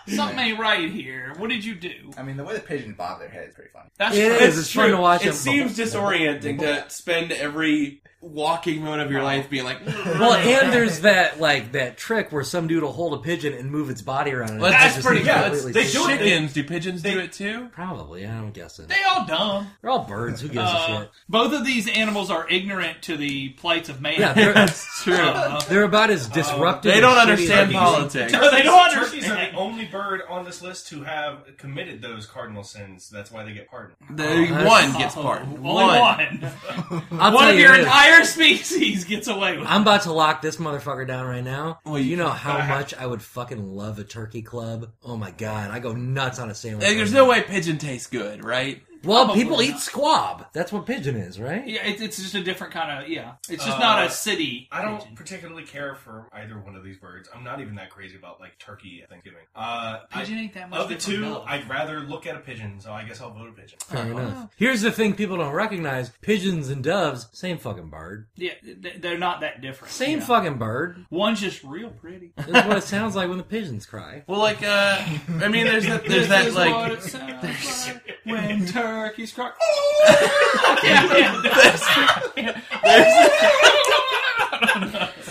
Speaker 4: Something ain't right here. What did you do?
Speaker 5: I mean, the way the pigeon bob their head is pretty funny.
Speaker 4: That's
Speaker 1: It
Speaker 4: true.
Speaker 1: is. It's fun to watch
Speaker 3: It
Speaker 1: them.
Speaker 3: seems disorienting to spend every walking moment of your life being like, "Mm,
Speaker 1: Well, and there's that like that trick where some dude will hold a pigeon and move its body around. And
Speaker 3: That's
Speaker 1: it's just
Speaker 4: pretty- yeah,
Speaker 1: completely-
Speaker 2: they do it-
Speaker 3: chickens. Do pigeons do it too?
Speaker 1: Probably, I'm guessing.
Speaker 4: They all dumb.
Speaker 1: They're all birds. Who gives a
Speaker 4: Uh,
Speaker 1: shit?
Speaker 4: both of these animals are ignorant to the plights of man.
Speaker 1: Yeah, they're,
Speaker 3: That's true.
Speaker 4: Uh,
Speaker 1: they're about as disruptive.
Speaker 3: they don't
Speaker 1: and shitty
Speaker 3: understand
Speaker 1: as-
Speaker 3: politics.
Speaker 4: No, they don't
Speaker 2: Turkeys are the
Speaker 4: understand.
Speaker 2: only bird on this list to have committed those cardinal sins. That's why they get pardoned.
Speaker 3: The
Speaker 1: that's-
Speaker 3: one gets pardoned.
Speaker 4: uh, Only one.
Speaker 1: I'll
Speaker 4: One
Speaker 1: tell
Speaker 4: of
Speaker 1: you
Speaker 4: your
Speaker 1: this.
Speaker 4: entire species gets away with it.
Speaker 1: I'm about to lock this motherfucker down right now.
Speaker 3: Well, you-
Speaker 1: you know how much I would fucking love a turkey club. Oh my god, I go nuts on a sandwich.
Speaker 3: Like, there's no way pigeon tastes good, right?
Speaker 1: Well,
Speaker 4: Probably
Speaker 1: people eat
Speaker 4: not.
Speaker 1: squab. That's what pigeon is, right?
Speaker 4: Yeah, it, it's just a different kind of yeah. It's just not
Speaker 2: Uh,
Speaker 4: a city.
Speaker 2: I don't
Speaker 4: pigeon.
Speaker 2: particularly care for either one of these birds. I'm not even that crazy about like turkey at Thanksgiving. Uh,
Speaker 4: Pigeon
Speaker 2: I,
Speaker 4: ain't that much
Speaker 2: of the
Speaker 4: different
Speaker 2: two,
Speaker 4: than us.
Speaker 2: I'd rather look at a pigeon, so I guess I'll vote a pigeon.
Speaker 3: Uh-huh.
Speaker 1: Fair enough. Here's the thing people don't recognize pigeons and doves, same fucking bird.
Speaker 4: Yeah, th- they're not that different.
Speaker 1: Same
Speaker 4: you know.
Speaker 1: fucking bird.
Speaker 4: One's just real pretty.
Speaker 1: This is what it sounds like when the pigeons cry.
Speaker 3: Well, like, uh, I mean, there's that, there's
Speaker 4: This
Speaker 3: that,
Speaker 4: is what
Speaker 3: like,
Speaker 4: it sounds like when turkeys cry. yeah, yeah, that's- yeah.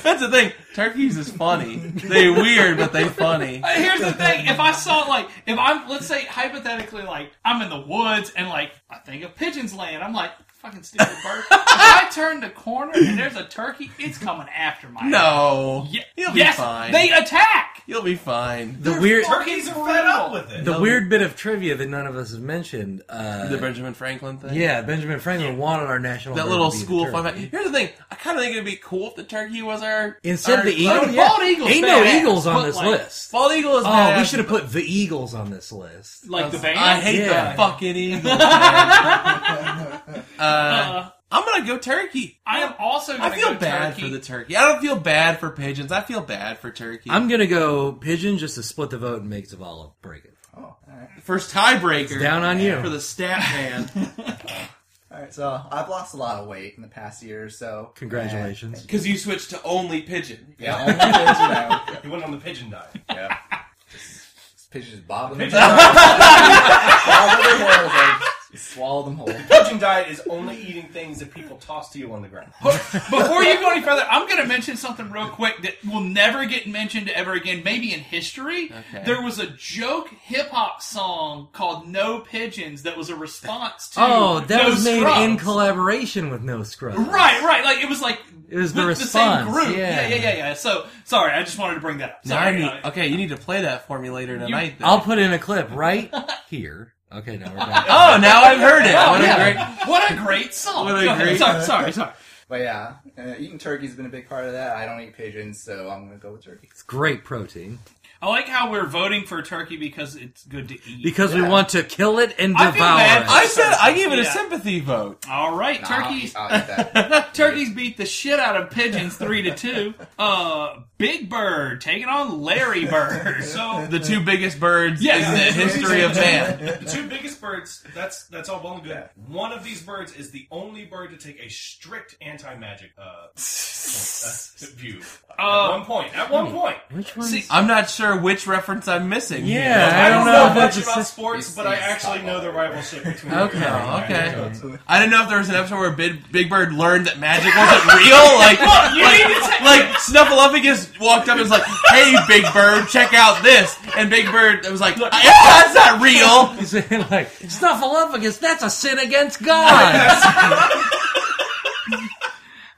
Speaker 3: that's the thing. Turkeys is funny. They weird, but they funny.
Speaker 4: Uh, Here's the thing: if I saw like, if I'm, let's say hypothetically, like I'm in the woods and like I think of pigeons land, I'm like fucking stupid bird. if I turn the corner and there's a turkey, it's coming after my ass.
Speaker 3: No,
Speaker 4: Ye-
Speaker 3: you'll be
Speaker 4: yes,
Speaker 3: fine.
Speaker 4: they attack.
Speaker 3: You'll be fine.
Speaker 1: The weird
Speaker 2: Turkeys are fed up with it.
Speaker 1: the weird bit of trivia that none of us have mentioned. Uh,
Speaker 3: The Benjamin Franklin thing.
Speaker 1: yeah, Benjamin Franklin wanted our national
Speaker 3: That
Speaker 1: bird
Speaker 3: little
Speaker 1: to be the
Speaker 3: school fun
Speaker 1: turkey.
Speaker 3: fact. Here's the thing. I kind of think it'd be cool if the turkey was our
Speaker 1: Instead
Speaker 3: our-
Speaker 1: of the eagle,
Speaker 4: the
Speaker 1: yeah.
Speaker 4: bald eagle's
Speaker 1: ain't no
Speaker 4: badass,
Speaker 1: eagles on
Speaker 4: but,
Speaker 1: this
Speaker 4: like,
Speaker 1: list.
Speaker 3: Bald eagle is.
Speaker 1: Oh,
Speaker 3: badass.
Speaker 1: we should have put the eagles on this list.
Speaker 4: Like the band.
Speaker 3: I hate
Speaker 1: Yeah.
Speaker 3: the fucking eagle. man. uh,
Speaker 4: Uh,
Speaker 3: I'm gonna go turkey.
Speaker 4: I am also. Gonna
Speaker 3: I feel
Speaker 4: go
Speaker 3: bad
Speaker 4: turkey.
Speaker 3: for the turkey. I don't feel bad for pigeons. I feel bad for turkey.
Speaker 1: I'm gonna go pigeon just to split the vote and make Zavala break it.
Speaker 5: Oh, all right.
Speaker 3: first tiebreaker
Speaker 1: Down on you.
Speaker 3: for the stat man
Speaker 5: All right, so I've lost a lot of weight in the past year or so.
Speaker 1: Congratulations.
Speaker 3: because you switched to only pigeon.
Speaker 5: And- yeah, only pigeon I-
Speaker 2: He went on the pigeon diet.
Speaker 5: yeah. Just, just pigeons bobbing them.
Speaker 2: Pigeon
Speaker 5: bobbing
Speaker 2: diet,
Speaker 5: their heads, like, just swallow them whole.
Speaker 2: pigeon diet is only eating things that people toss to you on the ground.
Speaker 4: Before you go any further, I'm going to mention something real quick that will never get mentioned ever again, maybe in history.
Speaker 3: Okay.
Speaker 4: There was a joke hip hop song called No Pigeons that was a response to
Speaker 1: Oh, that
Speaker 4: No
Speaker 1: was made
Speaker 4: Scrubs.
Speaker 1: in collaboration with No Scrubs.
Speaker 4: Right, right. Like it was like
Speaker 1: It was the
Speaker 4: with
Speaker 1: response,
Speaker 4: same group.
Speaker 1: yeah.
Speaker 4: yeah, yeah, yeah. So sorry, I just wanted to bring that up.
Speaker 3: No, I
Speaker 4: Sorry.
Speaker 3: need,
Speaker 4: uh,
Speaker 3: okay, you need to play that for me later tonight. then.
Speaker 1: I'll put in a clip right here. Okay, now we're back.
Speaker 3: oh, now I've heard it.
Speaker 4: Oh,
Speaker 3: what
Speaker 4: yeah.
Speaker 3: a great
Speaker 4: what a great song.
Speaker 3: What a
Speaker 4: Go ahead.
Speaker 3: great-
Speaker 4: Sorry, sorry, sorry.
Speaker 5: But yeah, uh, eating turkey's been a big part of that. I don't eat pigeons, so I'm gonna go with turkey.
Speaker 1: It's great protein
Speaker 4: I like how we're voting for turkey because it's good to eat.
Speaker 1: because we
Speaker 5: Yeah.
Speaker 1: want to kill it and devour
Speaker 4: I feel bad.
Speaker 1: it.
Speaker 3: I said I gave it a
Speaker 4: Yeah.
Speaker 3: sympathy vote.
Speaker 4: All right,
Speaker 5: Nah, I'll
Speaker 4: turkeys.
Speaker 3: Ah,
Speaker 5: eat- I'll eat that.
Speaker 4: Turkeys beat the shit out of pigeons three to two. Uh, Big Bird taking on Larry Bird.
Speaker 2: So
Speaker 3: The two biggest birds
Speaker 4: Yes.
Speaker 3: in the history of man.
Speaker 2: The two biggest birds. That's that's all well and good. One of these birds is the only bird to take a strict anti-magic uh, uh, view. at one point. At one point.
Speaker 1: Which one?
Speaker 4: See,
Speaker 3: I'm not sure which reference I'm missing. here.
Speaker 1: Yeah,
Speaker 2: I don't
Speaker 1: know
Speaker 2: know
Speaker 1: if
Speaker 2: much
Speaker 1: it's
Speaker 2: about
Speaker 1: a-
Speaker 2: sports,
Speaker 5: it's-
Speaker 2: but I
Speaker 5: it's
Speaker 2: actually know the rivalship between.
Speaker 1: Okay,
Speaker 2: Larry and
Speaker 3: okay.
Speaker 2: Magic Johnson.
Speaker 3: I didn't know if there was an episode where Big, Big Bird learned that magic wasn't real. Like, like, like Snuffleupagus walked up and was like, "Hey, Big Bird, check out this." And Big Bird was like, "If "That's not real."
Speaker 1: He's saying like Snuffleupagus. That's a sin against God.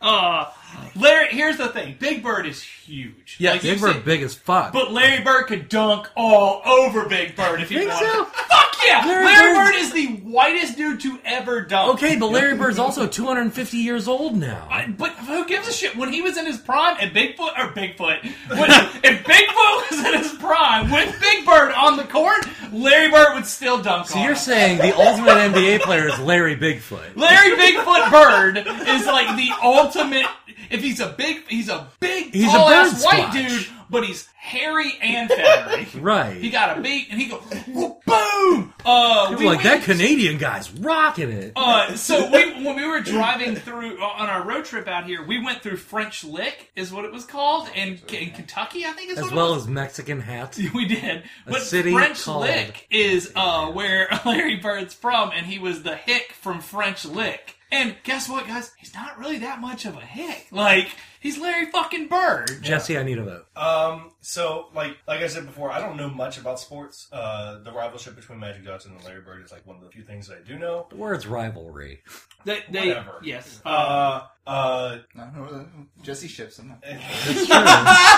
Speaker 4: uh, Larry. Here's the thing: Big Bird is huge.
Speaker 3: Yeah,
Speaker 4: you
Speaker 1: they were
Speaker 4: see-
Speaker 1: big as fuck.
Speaker 4: But Larry Bird could dunk all over Big Bird if he
Speaker 1: Think
Speaker 4: wanted.
Speaker 1: so?
Speaker 4: Fuck yeah! Larry,
Speaker 1: Larry
Speaker 4: Bird
Speaker 1: Bird's-
Speaker 4: is the whitest dude to ever dunk.
Speaker 1: okay, but Larry Bird's also 250 years old now.
Speaker 4: I- But who gives a shit? When he was in his prime, and Bigfoot or Bigfoot, when, if Bigfoot was in his prime with Big Bird on the court, Larry Bird would still dunk.
Speaker 1: so
Speaker 4: on
Speaker 1: you're
Speaker 4: him.
Speaker 1: saying the ultimate NBA player is Larry Bigfoot?
Speaker 4: Larry Bigfoot Bird is like the ultimate. If he's a big, he's a big,
Speaker 1: He's a
Speaker 4: tall ass
Speaker 1: bird
Speaker 4: white
Speaker 1: squatch.
Speaker 4: dude, but he's hairy and feathery.
Speaker 1: Right.
Speaker 4: He got a beat, and he go boom. Uh,
Speaker 1: People
Speaker 4: we
Speaker 1: are like
Speaker 4: went-
Speaker 1: that Canadian guy's rocking it.
Speaker 4: Uh, so we, when we were driving through uh, on our road trip out here, we went through French Lick, is what it was called, in, in Kentucky, I think is
Speaker 1: as
Speaker 4: what it
Speaker 1: well
Speaker 4: was.
Speaker 1: as Mexican hat.
Speaker 4: we did. But
Speaker 1: city
Speaker 4: French
Speaker 1: called-
Speaker 4: Lick is uh, where Larry Bird's from, and he was the hick from French Lick. And guess what, guys? He's not really that much of a hick. Like he's Larry fucking Bird.
Speaker 1: Jesse, I need a vote.
Speaker 2: Um, so like like I said before, I don't know much about sports. Uh, the rivalship between Magic Johnson and Larry Bird is like one of the few things that I do know.
Speaker 1: The word's rivalry.
Speaker 4: They, they,
Speaker 2: Whatever.
Speaker 4: Yes. Uh,
Speaker 2: Uh, uh,
Speaker 5: No, no, no, no. Jesse ships them.
Speaker 1: It's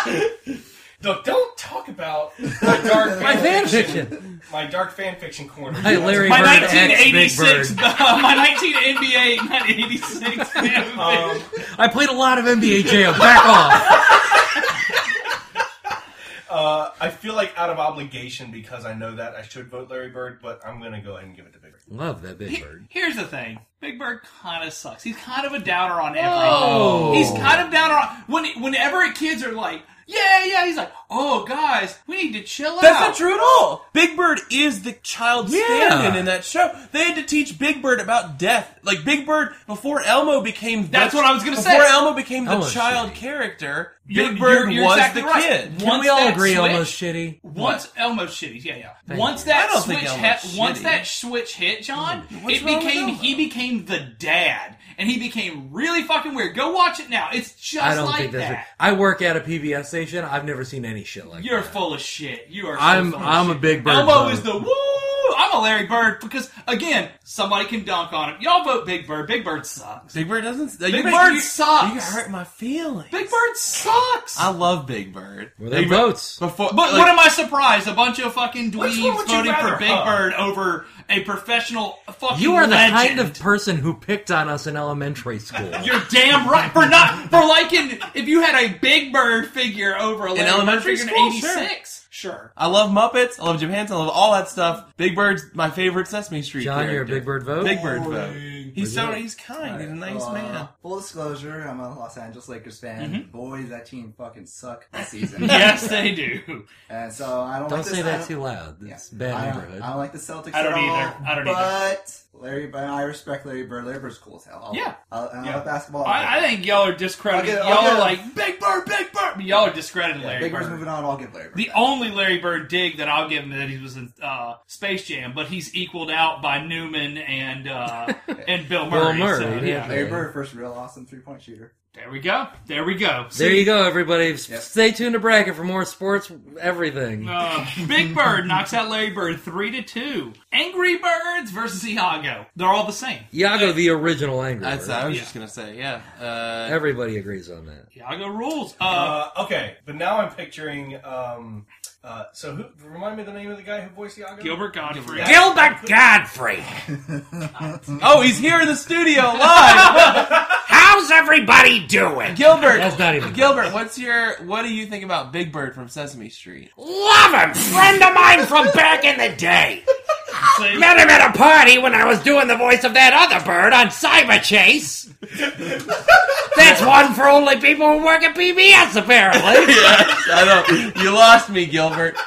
Speaker 1: true.
Speaker 2: look, don't talk about my dark
Speaker 1: My fan
Speaker 2: fiction.
Speaker 1: fiction.
Speaker 2: my dark fan fiction corner.
Speaker 1: My Larry
Speaker 4: my
Speaker 1: Bird ex Big
Speaker 4: 1986,
Speaker 1: Bird.
Speaker 4: my 19 NBA, 1986.
Speaker 2: Um,
Speaker 1: I played a lot of NBA Jam. Back off.
Speaker 2: uh, I feel like out of obligation because I know that I should vote Larry Bird, but I'm gonna go ahead and give it to Big Bird.
Speaker 1: Love that Big
Speaker 4: He-
Speaker 1: Bird.
Speaker 4: Here's the thing. Big Bird kind of sucks. He's kind of a downer on everything.
Speaker 1: Whoa.
Speaker 4: He's kind of downer on when whenever kids are like, yeah, yeah, he's like, oh guys, we need to chill
Speaker 3: That's
Speaker 4: out.
Speaker 3: not true at all. Big Bird is the child
Speaker 1: Yeah.
Speaker 3: standing in that show. They had to teach Big Bird about death. Like Big Bird before Elmo became. the-
Speaker 4: That's what I was gonna say.
Speaker 3: Before Elmo became the
Speaker 1: Elmo's
Speaker 3: child
Speaker 1: shitty.
Speaker 3: character,
Speaker 4: You're-
Speaker 3: Big Bird
Speaker 4: you're- you're
Speaker 3: was
Speaker 4: exactly
Speaker 3: the
Speaker 4: right.
Speaker 3: kid.
Speaker 1: Can
Speaker 4: Once
Speaker 1: we all
Speaker 4: that
Speaker 1: agree
Speaker 4: switch-
Speaker 1: almost shitty?
Speaker 4: Once Elmo's shitty, yeah, yeah.
Speaker 1: Thank
Speaker 4: once
Speaker 1: you.
Speaker 4: that
Speaker 3: I don't
Speaker 4: switch
Speaker 3: think
Speaker 4: hit,
Speaker 3: Elmo's
Speaker 4: once
Speaker 3: shitty.
Speaker 4: that switch hit, John,
Speaker 3: What's
Speaker 4: it
Speaker 3: wrong with
Speaker 4: became
Speaker 3: Elmo?
Speaker 4: he became the dad, and he became really fucking weird. Go watch it now. It's just
Speaker 1: I don't
Speaker 4: like
Speaker 1: think that's.
Speaker 4: that.
Speaker 1: right. I work at a PBS station. I've never seen any shit like
Speaker 4: You're
Speaker 1: that.
Speaker 4: full of shit. You are. So
Speaker 1: I'm-
Speaker 4: full of
Speaker 1: I'm a
Speaker 4: shit.
Speaker 1: Big Bird
Speaker 4: Elmo
Speaker 1: vote.
Speaker 4: is the woo. I'm a Larry Bird because again, somebody can dunk on him. Y'all vote Big Bird. Big Bird sucks.
Speaker 3: Big Bird doesn't. Big
Speaker 4: Bird
Speaker 3: you,
Speaker 4: sucks.
Speaker 3: You hurt my feelings.
Speaker 4: Big Bird sucks.
Speaker 3: I love Big Bird.
Speaker 1: Were they
Speaker 3: Big Bird-
Speaker 1: votes?
Speaker 3: Before,
Speaker 4: but what am I surprised? A bunch of fucking
Speaker 2: Which one
Speaker 4: dweebs
Speaker 2: would you
Speaker 4: voting for
Speaker 2: rather Uh,
Speaker 4: Big
Speaker 2: have?
Speaker 4: Bird over a professional fucking.
Speaker 1: You are the
Speaker 4: legend.
Speaker 1: kind of person who picked on us in elementary school.
Speaker 4: You're damn right for not for liking. If you had a Big Bird figure over a Larry
Speaker 3: elementary
Speaker 4: Bird figure in
Speaker 3: school, sure.
Speaker 4: '86, sure.
Speaker 3: I love Muppets. I love Johansson. I love all that stuff. Big Bird's my favorite Sesame Street.
Speaker 1: John, you're a
Speaker 3: character.
Speaker 1: Big Bird vote?
Speaker 3: Big Bird vote.
Speaker 4: Boring.
Speaker 3: He's so
Speaker 1: Really?
Speaker 3: he's kind. He's a
Speaker 5: Alright,
Speaker 3: nice
Speaker 5: well, uh,
Speaker 3: man.
Speaker 5: Full disclosure, I'm a Los Angeles Lakers fan.
Speaker 4: Mm-hmm.
Speaker 5: Boy, that team fucking sucked this season.
Speaker 4: Yes, they do.
Speaker 5: And so I don't.
Speaker 1: Don't
Speaker 5: like
Speaker 1: say
Speaker 5: this, I
Speaker 1: that
Speaker 5: don't-
Speaker 1: too loud.
Speaker 5: Yeah.
Speaker 1: It's bad
Speaker 5: I don't-
Speaker 1: neighborhood.
Speaker 5: I don't like the Celtics.
Speaker 4: I don't
Speaker 5: at all,
Speaker 4: either. I don't either.
Speaker 5: But Larry, but I respect Larry Bird. Larry Bird's cool as hell. I'll-
Speaker 4: Yeah.
Speaker 5: I'll- and I
Speaker 2: Yeah.
Speaker 5: love basketball.
Speaker 4: I, I think y'all are discrediting.
Speaker 5: I'll get- I'll
Speaker 4: y'all
Speaker 5: get
Speaker 4: are
Speaker 5: a-
Speaker 4: like Big Bird, Big Bird. But y'all are discrediting Larry
Speaker 5: Big Bird's
Speaker 4: Bird.
Speaker 5: moving on. I'll give Larry Bird.
Speaker 4: The
Speaker 5: that.
Speaker 4: only Larry Bird dig that I'll give him that he was in uh, Space Jam, but he's equaled out by Newman and uh, and Bill
Speaker 1: Bill
Speaker 4: Murray. so,
Speaker 1: Murray,
Speaker 4: yeah.
Speaker 1: yeah.
Speaker 5: Larry Bird, first real awesome three point shooter.
Speaker 4: There we go. There we go.
Speaker 1: there you go, everybody. S-
Speaker 5: Yes.
Speaker 1: Stay tuned to Bracket for more sports, everything.
Speaker 4: Uh, Big Bird knocks out Larry Bird three to two. Angry Birds versus Iago. They're all the same.
Speaker 1: Iago, the original angry.
Speaker 3: That's.
Speaker 1: Bird.
Speaker 3: I was
Speaker 4: Yeah.
Speaker 3: just gonna say. Yeah. Uh,
Speaker 1: Everybody agrees on that.
Speaker 4: Iago rules. Uh,
Speaker 2: Uh, okay, but now I'm picturing. Um, uh, so who remind me the name of the guy who voiced Iago?
Speaker 4: Gilbert Godfrey.
Speaker 2: Gilbert-
Speaker 1: Gilbert Godfrey,
Speaker 3: oh, he's here in the studio live.
Speaker 1: how
Speaker 6: How's everybody doing?
Speaker 3: Gilbert,
Speaker 1: That's not even-
Speaker 3: Gilbert. What's your? What do you think about Big Bird from Sesame Street?
Speaker 6: Love him! Friend of mine from back in the day!
Speaker 4: See?
Speaker 6: Met him at a party when I was doing the voice of that other bird on Cyber Chase. That's one for only people who work at PBS, apparently.
Speaker 3: I know you lost me, Gilbert.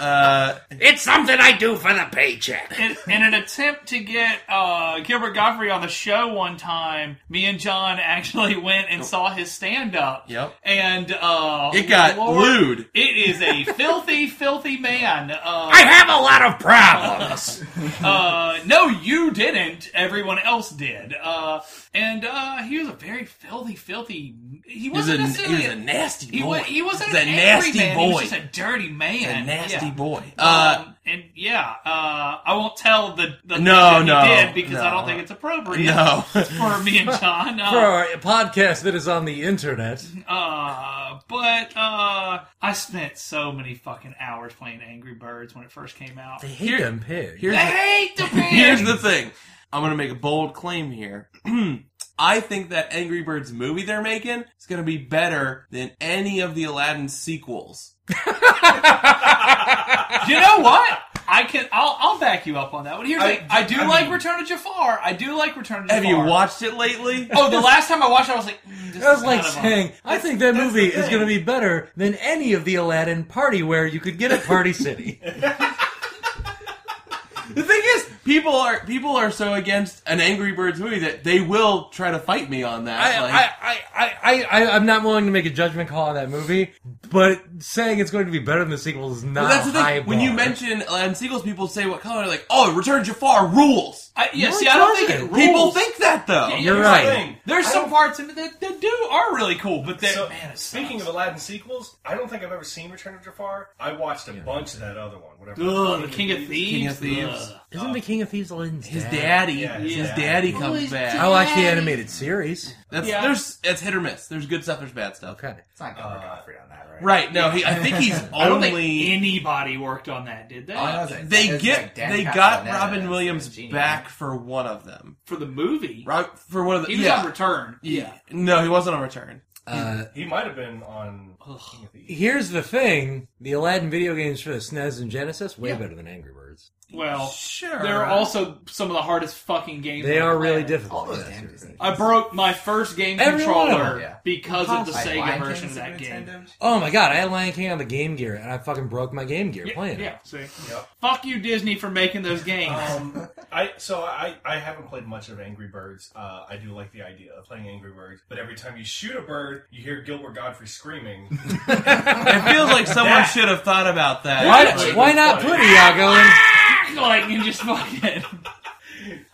Speaker 3: Uh,
Speaker 6: It's something I do for the paycheck.
Speaker 4: in, in an attempt to get uh, Gilbert Godfrey on the show one time, me and John actually went and saw his stand up.
Speaker 3: Yep.
Speaker 4: And uh,
Speaker 3: it got
Speaker 4: Lord,
Speaker 3: lewd.
Speaker 4: It is a filthy, filthy man. Uh,
Speaker 6: I have a lot of problems.
Speaker 4: uh, no, you didn't. Everyone else did. Uh, and uh, he was a very filthy, filthy. He
Speaker 3: He was, a,
Speaker 4: wasn't
Speaker 3: he
Speaker 4: necessarily
Speaker 3: was a nasty boy.
Speaker 4: He, wa- he wasn't
Speaker 3: He was
Speaker 4: an
Speaker 3: a
Speaker 4: angry
Speaker 3: nasty
Speaker 4: man.
Speaker 3: boy.
Speaker 4: He was just a dirty man.
Speaker 3: a nasty
Speaker 4: Yeah.
Speaker 3: boy. Uh,
Speaker 4: Um, and yeah, uh, I won't tell the, the
Speaker 3: No,
Speaker 4: thing
Speaker 3: no,
Speaker 4: that he did because I
Speaker 3: no.
Speaker 4: don't think it's appropriate
Speaker 3: no.
Speaker 4: for me and John.
Speaker 1: For
Speaker 4: Uh,
Speaker 1: our podcast that is on the internet,
Speaker 4: uh, but uh, I spent so many fucking hours playing Angry Birds when it first came out.
Speaker 1: they hate them pigs.
Speaker 4: I
Speaker 3: Here's the,
Speaker 4: hate the band.
Speaker 3: here's the thing. I'm gonna make a bold claim here. I think that Angry Birds movie they're making is gonna be better than any of the Aladdin sequels.
Speaker 4: you know what? I can. I'll, I'll back you up on that one. Here's
Speaker 2: I-
Speaker 4: the thing. I do
Speaker 2: I
Speaker 4: like
Speaker 2: mean-
Speaker 4: Return of Jafar. I do like Return of Jafar.
Speaker 3: Have you watched it lately?
Speaker 4: Oh, the last time I watched, it, I was like, mm, this
Speaker 1: That was
Speaker 4: is
Speaker 1: like
Speaker 4: kind of a-
Speaker 1: saying, I think that
Speaker 4: that's
Speaker 1: movie
Speaker 4: the
Speaker 1: is
Speaker 4: thing.
Speaker 1: going to be better than any of the Aladdin party where you could get at Party City.
Speaker 3: The thing is, people are people are so against an Angry Birds movie that they will try to fight me on that. like,
Speaker 1: I, I, I, I, I, I'm not willing to make a judgment call on that movie, but saying it's going to be better than the sequel is not
Speaker 3: But that's the
Speaker 1: a high
Speaker 3: thing. When you
Speaker 1: bar.
Speaker 3: mention Aladdin sequels, people say what color? They're like, oh, Return of Jafar rules.
Speaker 4: I, yeah,
Speaker 1: No,
Speaker 4: see,
Speaker 1: it
Speaker 4: I don't think it
Speaker 1: doesn't.
Speaker 4: rules.
Speaker 3: People think that though.
Speaker 4: Yeah,
Speaker 1: You're
Speaker 4: here's the
Speaker 1: right.
Speaker 4: thing. There's
Speaker 2: I
Speaker 4: some
Speaker 2: don't-
Speaker 4: parts in it that, that do are really cool, but that
Speaker 2: So,
Speaker 4: man, it
Speaker 2: speaking of
Speaker 4: sucks.
Speaker 2: Aladdin sequels, I don't think I've ever seen Return of Jafar. I watched a bunch of that other one, whatever.
Speaker 4: Ugh, the King of Thieves.
Speaker 3: King of Thieves.
Speaker 4: Ugh.
Speaker 1: Isn't the King of Thieves Aladdin's
Speaker 3: His
Speaker 1: dad?
Speaker 3: daddy,
Speaker 2: Yeah,
Speaker 3: his
Speaker 2: his dad.
Speaker 3: daddy comes back.
Speaker 1: I watched the animated series.
Speaker 3: That's
Speaker 4: Yeah.
Speaker 3: there's it's hit or miss. There's good stuff. There's bad stuff.
Speaker 1: Okay.
Speaker 5: It's not
Speaker 4: Uh,
Speaker 5: Gilbert Godfrey on that, right?
Speaker 3: Right. No, he, I think he's
Speaker 4: I don't think
Speaker 3: only. Uh,
Speaker 4: anybody worked on that, did they?
Speaker 5: Oh, no, it's-
Speaker 3: They
Speaker 5: it's
Speaker 3: get
Speaker 5: like Dan
Speaker 3: they
Speaker 5: Castellaneta
Speaker 3: got
Speaker 5: that's
Speaker 3: Robin
Speaker 5: the
Speaker 3: Williams
Speaker 5: genius.
Speaker 3: back for one of them.
Speaker 4: For the movie,
Speaker 3: Right for one of the
Speaker 4: he was
Speaker 3: yeah.
Speaker 4: on Return.
Speaker 3: yeah. No, he wasn't on Return.
Speaker 1: Uh,
Speaker 2: He might have been on. King of Thieves.
Speaker 1: here's the thing: the Aladdin video games for the SNES and Genesis way better than Angry Birds.
Speaker 4: Well,
Speaker 3: Sure.
Speaker 4: they're also some of the hardest fucking games.
Speaker 1: They
Speaker 4: on
Speaker 1: are
Speaker 4: the
Speaker 1: really
Speaker 4: planet.
Speaker 1: difficult.
Speaker 5: All those
Speaker 1: yeah,
Speaker 5: damn
Speaker 1: that's
Speaker 5: Disney.
Speaker 1: right.
Speaker 4: I broke my first game
Speaker 1: Every one of
Speaker 4: controller
Speaker 1: them,
Speaker 5: yeah.
Speaker 4: because of the
Speaker 5: Like
Speaker 4: Sega
Speaker 5: Lion
Speaker 4: version of
Speaker 5: King,
Speaker 4: that
Speaker 5: Super
Speaker 4: game.
Speaker 5: Nintendo?
Speaker 1: Oh my god! I had Lion King on the Game Gear, and I fucking broke my Game Gear
Speaker 4: Yeah,
Speaker 1: playing. it.
Speaker 4: yeah, see, Oh.
Speaker 2: Yep.
Speaker 4: fuck you, Disney, for making those games.
Speaker 2: Um, I so I I haven't played much of Angry Birds. Uh, I do like the idea of playing Angry Birds, but every time you shoot a bird, you hear Gilbert Godfrey screaming.
Speaker 3: It feels like someone
Speaker 2: That-
Speaker 3: should have thought about that.
Speaker 1: Why, why not put Iago in?
Speaker 4: like you just fucking.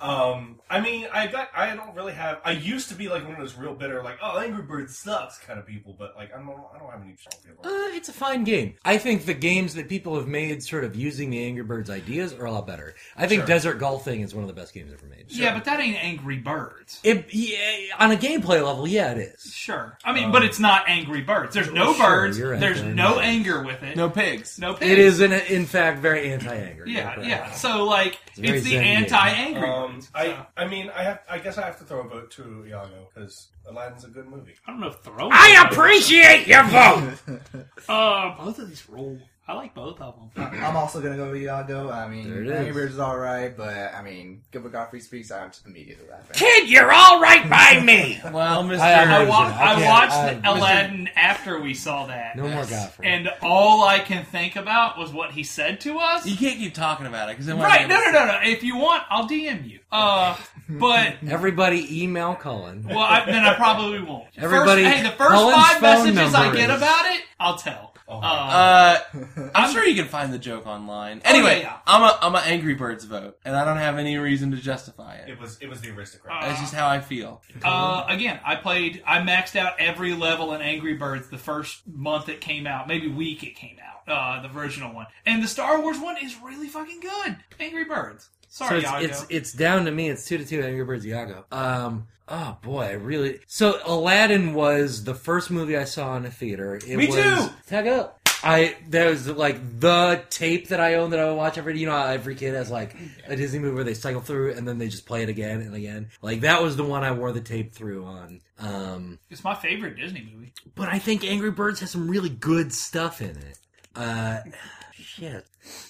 Speaker 2: Um, I mean, I got I don't really have. I used to be like one of those real bitter, like oh Angry Birds sucks kind of people, but like I don't I don't have any strong feelings.
Speaker 1: Uh, it's a fine game. I think the games that people have made, sort of using the Angry Birds ideas, are a lot better. I think Desert Golfing is one of the best games ever made.
Speaker 4: Yeah, but that ain't Angry Birds.
Speaker 1: It, yeah, on a gameplay level, yeah, it is.
Speaker 4: Sure. I mean, but it's not Angry Birds. There's no
Speaker 1: Um, Sure,
Speaker 4: birds.
Speaker 1: you're right,
Speaker 4: There's
Speaker 1: there
Speaker 4: no
Speaker 1: is.
Speaker 4: anger with it.
Speaker 3: No pigs.
Speaker 4: No pigs.
Speaker 1: It is, in, in fact, very anti-anger.
Speaker 4: Yeah,
Speaker 1: You're
Speaker 4: yeah.
Speaker 1: correct.
Speaker 4: So like, it's,
Speaker 1: very
Speaker 4: the
Speaker 1: zen game.
Speaker 4: anti-angry.
Speaker 2: Um,
Speaker 4: Birds. So,
Speaker 2: I I mean I have I guess I have to throw a vote to Iago because Aladdin's a good movie.
Speaker 4: I don't know. If throw.
Speaker 6: I appreciate your vote.
Speaker 4: Uh, both of these roll. I like both of them.
Speaker 5: I'm also gonna go with Iago. I mean,
Speaker 1: There it is.
Speaker 5: Angry Birds is all right, but I mean, Gilbert Godfrey speaks. I'm just immediately laughing.
Speaker 6: Kid, you're all right by me.
Speaker 3: Well, Mr.
Speaker 1: I-
Speaker 4: I, wa-
Speaker 1: I
Speaker 4: I
Speaker 1: can't-
Speaker 4: watched
Speaker 1: I-
Speaker 4: the Aladdin after we saw that,
Speaker 1: uh, No more Godfrey.
Speaker 4: and all I can think about was what he said to us.
Speaker 3: you can't keep talking about it because
Speaker 4: Right? No, no, no, no. If you want, I'll DM you. Uh, but
Speaker 1: Everybody email Cullen.
Speaker 4: Well, I, then I probably won't.
Speaker 1: Everybody-
Speaker 4: first, hey, the first
Speaker 1: Colin's
Speaker 4: five
Speaker 1: phone
Speaker 4: messages I
Speaker 1: number
Speaker 4: get
Speaker 1: is-
Speaker 4: about it, I'll tell.
Speaker 2: Oh my
Speaker 4: uh,
Speaker 3: Uh, I'm sure you can find the joke online. Anyway,
Speaker 4: yeah, yeah.
Speaker 3: I'm a I'm a Angry Birds vote, and I don't have any reason to justify it.
Speaker 2: It was it was the aristocrat.
Speaker 4: Uh,
Speaker 3: That's just how I feel.
Speaker 4: uh, again, I played. I maxed out every level in Angry Birds the first month it came out, maybe week it came out, uh, the original one, and the Star Wars one is really fucking good. Angry Birds.
Speaker 1: So
Speaker 4: Sorry,
Speaker 1: it's,
Speaker 4: Iago.
Speaker 1: it's it's down to me. It's two to two. Angry Birds Yago. Um. Oh boy, I really. So Aladdin was the first movie I saw in a theater. It
Speaker 3: Me
Speaker 1: was,
Speaker 3: too!
Speaker 1: Tag up. I that was like the tape that I own that I would watch every. You know, how every kid has like a Disney movie where they cycle through and then they just play it again and again. Like that was the one I wore the tape through on. Um,
Speaker 4: It's my favorite Disney movie.
Speaker 1: but I think Angry Birds has some really good stuff in it. Uh, shit,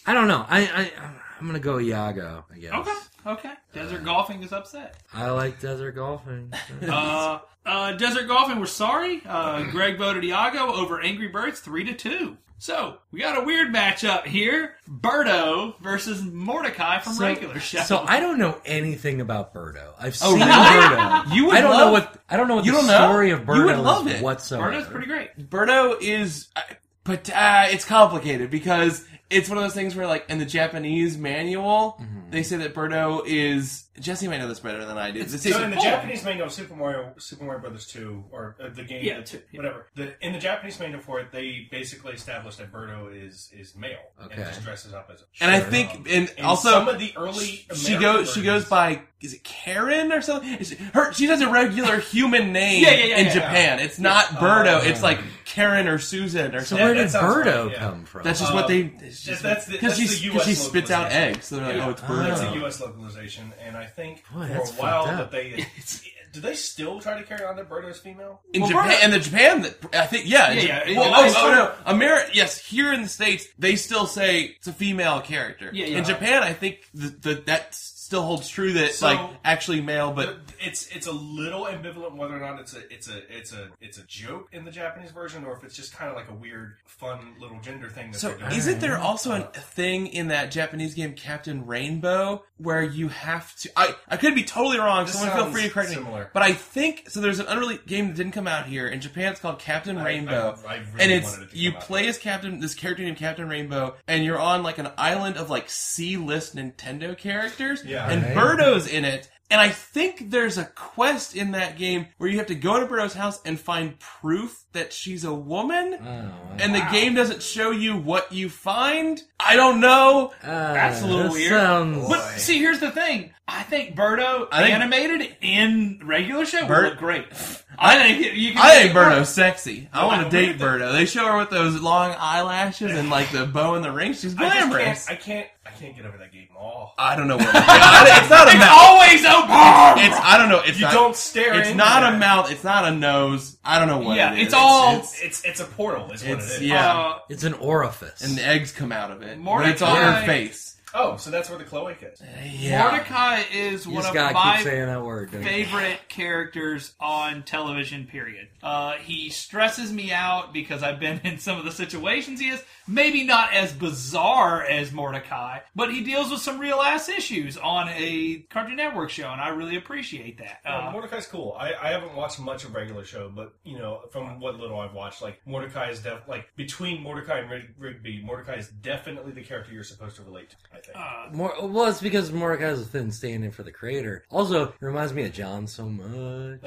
Speaker 1: I don't know. I I I'm gonna go Iago. I guess.
Speaker 4: Okay. Okay. Desert golfing is upset.
Speaker 1: I like desert golfing.
Speaker 4: Uh, uh, Desert Golfing, we're sorry. Uh, Greg voted Iago over Angry Birds three to two. So we got a weird matchup here: Birdo versus Mordecai from regular show.
Speaker 1: So I don't know anything about Birdo. I've seen
Speaker 3: Oh, really?
Speaker 1: Birdo.
Speaker 3: You would
Speaker 1: I don't know
Speaker 3: love-
Speaker 1: what I don't know what
Speaker 3: You
Speaker 1: the
Speaker 3: don't know?
Speaker 1: story of
Speaker 3: You
Speaker 1: Birdo
Speaker 3: would love
Speaker 1: is
Speaker 3: it.
Speaker 1: whatsoever.
Speaker 4: Birdo's pretty great.
Speaker 3: Birdo is, I- but uh, it's complicated because it's one of those things where, like, in the Japanese manual, they say that Birdo is. Jesse might know this better than I do. It's,
Speaker 2: So in the
Speaker 3: oh.
Speaker 2: Japanese manual of Super Mario, Super Mario Brothers Two, or uh, the game,
Speaker 4: Yeah,
Speaker 2: that's-
Speaker 4: two, yeah.
Speaker 2: whatever. The, in the Japanese manual for it, they basically established that Birdo is is male
Speaker 1: Okay.
Speaker 2: and just dresses up as. A
Speaker 3: Oh.
Speaker 2: Um,
Speaker 3: and I
Speaker 1: Sure.
Speaker 3: think, and,
Speaker 2: And
Speaker 3: also,
Speaker 2: some of the early
Speaker 3: she
Speaker 2: American
Speaker 3: goes. She goes
Speaker 2: versions-
Speaker 3: by is it Karen or something? Is she, her she has a regular human name
Speaker 4: Yeah, yeah, yeah,
Speaker 3: in
Speaker 4: yeah,
Speaker 3: Japan. It's not
Speaker 2: Oh.
Speaker 3: Birdo.
Speaker 1: yeah.
Speaker 3: it's like Karen or Susan or
Speaker 1: So
Speaker 3: something.
Speaker 1: where
Speaker 2: that
Speaker 1: did
Speaker 2: sounds right,
Speaker 1: Birdo
Speaker 2: yeah.
Speaker 1: come from?
Speaker 3: that's just
Speaker 2: Uh,
Speaker 3: what they. It's
Speaker 2: that's-
Speaker 3: just
Speaker 2: that's the-
Speaker 3: because
Speaker 2: that's
Speaker 3: she
Speaker 2: the
Speaker 3: because she
Speaker 2: US
Speaker 3: spits out
Speaker 2: localization.
Speaker 3: eggs, so they're like,
Speaker 2: Yeah.
Speaker 3: oh, it's
Speaker 1: Ah.
Speaker 3: Birdo.
Speaker 2: That's
Speaker 1: Oh.
Speaker 2: a U.S. localization, and I think
Speaker 1: Boy,
Speaker 2: for
Speaker 1: that's
Speaker 2: a while
Speaker 1: fucked
Speaker 2: that
Speaker 1: up.
Speaker 2: they do they still try to carry on that Birdo is female.
Speaker 3: In
Speaker 4: Well,
Speaker 3: Japan,
Speaker 4: Birdo-
Speaker 3: and the Japan that I think, yeah, in
Speaker 4: Yeah,
Speaker 3: Ja-
Speaker 4: yeah, in
Speaker 3: Well,
Speaker 4: Japan-
Speaker 3: oh, oh, no, America. Yes, here in the states, they still say it's a female character.
Speaker 4: Yeah, yeah.
Speaker 3: In Japan, I think the, the, that s- still holds true that it's
Speaker 2: So-
Speaker 3: like actually male, but
Speaker 2: it's it's a little ambivalent whether or not it's a it's a it's a it's a joke in the Japanese version or if it's just kind of like a weird fun little gender thing that
Speaker 3: so
Speaker 2: they're doing.
Speaker 3: isn't there also an- a thing in that Japanese game Captain Rainbow where you have to? I I could be totally wrong.
Speaker 2: This
Speaker 3: someone feel
Speaker 2: sounds
Speaker 3: free to correct me.
Speaker 2: similar.
Speaker 3: But I think so. There's an unrelated game that didn't come out here in Japan. It's called Captain
Speaker 2: I-
Speaker 3: Rainbow,
Speaker 2: I- I really
Speaker 3: and it's
Speaker 2: wanted it to
Speaker 3: you
Speaker 2: come out.
Speaker 3: play as Captain this character named Captain Rainbow, and you're on like an island of like C-list Nintendo characters,
Speaker 2: Yeah.
Speaker 3: and
Speaker 1: Right.
Speaker 3: Birdo's in it. And I think there's a quest in that game where you have to go to Birdo's house and find proof that she's a woman.
Speaker 1: and
Speaker 3: And the game doesn't show you what you find. I don't know.
Speaker 4: that's a little weird.
Speaker 1: uh, Sounds,
Speaker 4: But see, here's the thing. I think Birdo
Speaker 3: I think-
Speaker 4: animated in regular show
Speaker 3: Bird-
Speaker 4: would look great. I think you can
Speaker 3: I think
Speaker 4: make it work.
Speaker 3: Birdo's sexy. I want
Speaker 2: I
Speaker 3: to date
Speaker 2: wonder if
Speaker 3: Birdo. They show her with those long eyelashes and like the bow and the ring. She's
Speaker 2: I just
Speaker 3: glamorous.
Speaker 2: can't, I can't I can't get over that game Oh. at all.
Speaker 3: I don't know what. I- it's not a
Speaker 4: It's
Speaker 3: mouth.
Speaker 4: always open.
Speaker 3: It's I don't know. It's
Speaker 2: You
Speaker 3: not,
Speaker 2: don't stare.
Speaker 3: It's
Speaker 2: into
Speaker 3: not a
Speaker 2: it.
Speaker 3: mouth. It's not a nose. I don't know what.
Speaker 4: Yeah,
Speaker 3: it is.
Speaker 4: it's all-
Speaker 3: It's,
Speaker 2: It's it's a portal. Is what it
Speaker 3: it's-
Speaker 2: is.
Speaker 3: yeah.
Speaker 4: Uh,
Speaker 1: it's an orifice.
Speaker 3: and the eggs come out of it.
Speaker 4: Mordecai-
Speaker 3: But it's on her face.
Speaker 2: Oh, so that's where the cloaca is.
Speaker 3: Yeah.
Speaker 4: Mordecai is
Speaker 1: you
Speaker 4: one
Speaker 1: just
Speaker 4: of
Speaker 1: gotta
Speaker 4: my
Speaker 1: keep saying that word. don't you?
Speaker 4: favorite characters on television. Period. Uh, he stresses me out because I've been in some of the situations he is. Maybe not as bizarre as Mordecai, but he deals with some real ass issues on a Cartoon Network show, and I really appreciate that.
Speaker 2: Uh,
Speaker 4: Uh,
Speaker 2: Mordecai's cool. I, I haven't watched much of regular show, but you know, from what little I've watched, like Mordecai is def like between Mordecai and Rig- Rigby, Mordecai is definitely the character you're supposed to relate to. I think.
Speaker 4: uh,
Speaker 1: More, well, it's because Mordecai is a thin stand-in for the creator. Also, it reminds me of John so much.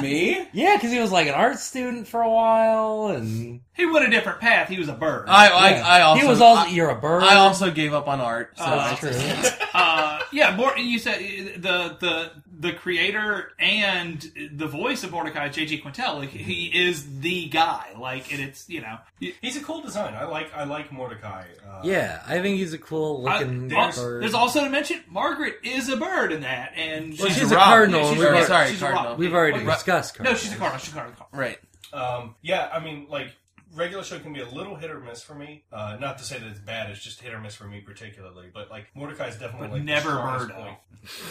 Speaker 3: Me?
Speaker 1: Yeah, because he was like an art student for a while, and
Speaker 4: he went a different path. He was a bird.
Speaker 3: I I,
Speaker 1: yeah.
Speaker 3: I also
Speaker 1: he was also
Speaker 3: I,
Speaker 1: you're a bird.
Speaker 3: I also gave up on art. So
Speaker 1: that's
Speaker 3: it's-
Speaker 1: true.
Speaker 4: uh, yeah, Mor- you said uh, the the the creator and the voice of Mordecai, J.G. Quintel, like he is the guy. Like, and it's you know, y-
Speaker 2: He's a cool design. I like I like Mordecai. Uh,
Speaker 1: yeah, I think he's a cool
Speaker 4: I-
Speaker 1: looking
Speaker 4: there's,
Speaker 1: bird.
Speaker 4: there's also to mention Margaret is a bird in that, and
Speaker 1: Well,
Speaker 4: she's,
Speaker 1: she's a
Speaker 3: rock.
Speaker 1: cardinal,
Speaker 4: yeah,
Speaker 1: and
Speaker 4: she's
Speaker 1: we've
Speaker 4: a-
Speaker 1: already,
Speaker 3: sorry,
Speaker 4: she's a
Speaker 3: cardinal.
Speaker 4: rock.
Speaker 1: we've already
Speaker 4: Wait,
Speaker 1: discussed
Speaker 4: no,
Speaker 1: cardinal.
Speaker 4: she's a cardinal. She's a cardinal.
Speaker 3: Right.
Speaker 2: Um, yeah, I mean, like regular show can be a little hit or miss for me. Uh, not to say that it's bad; it's just hit or miss for me particularly. But like Mordecai is definitely
Speaker 4: But
Speaker 2: like
Speaker 4: never
Speaker 2: the strongest
Speaker 4: Birdo.
Speaker 2: point.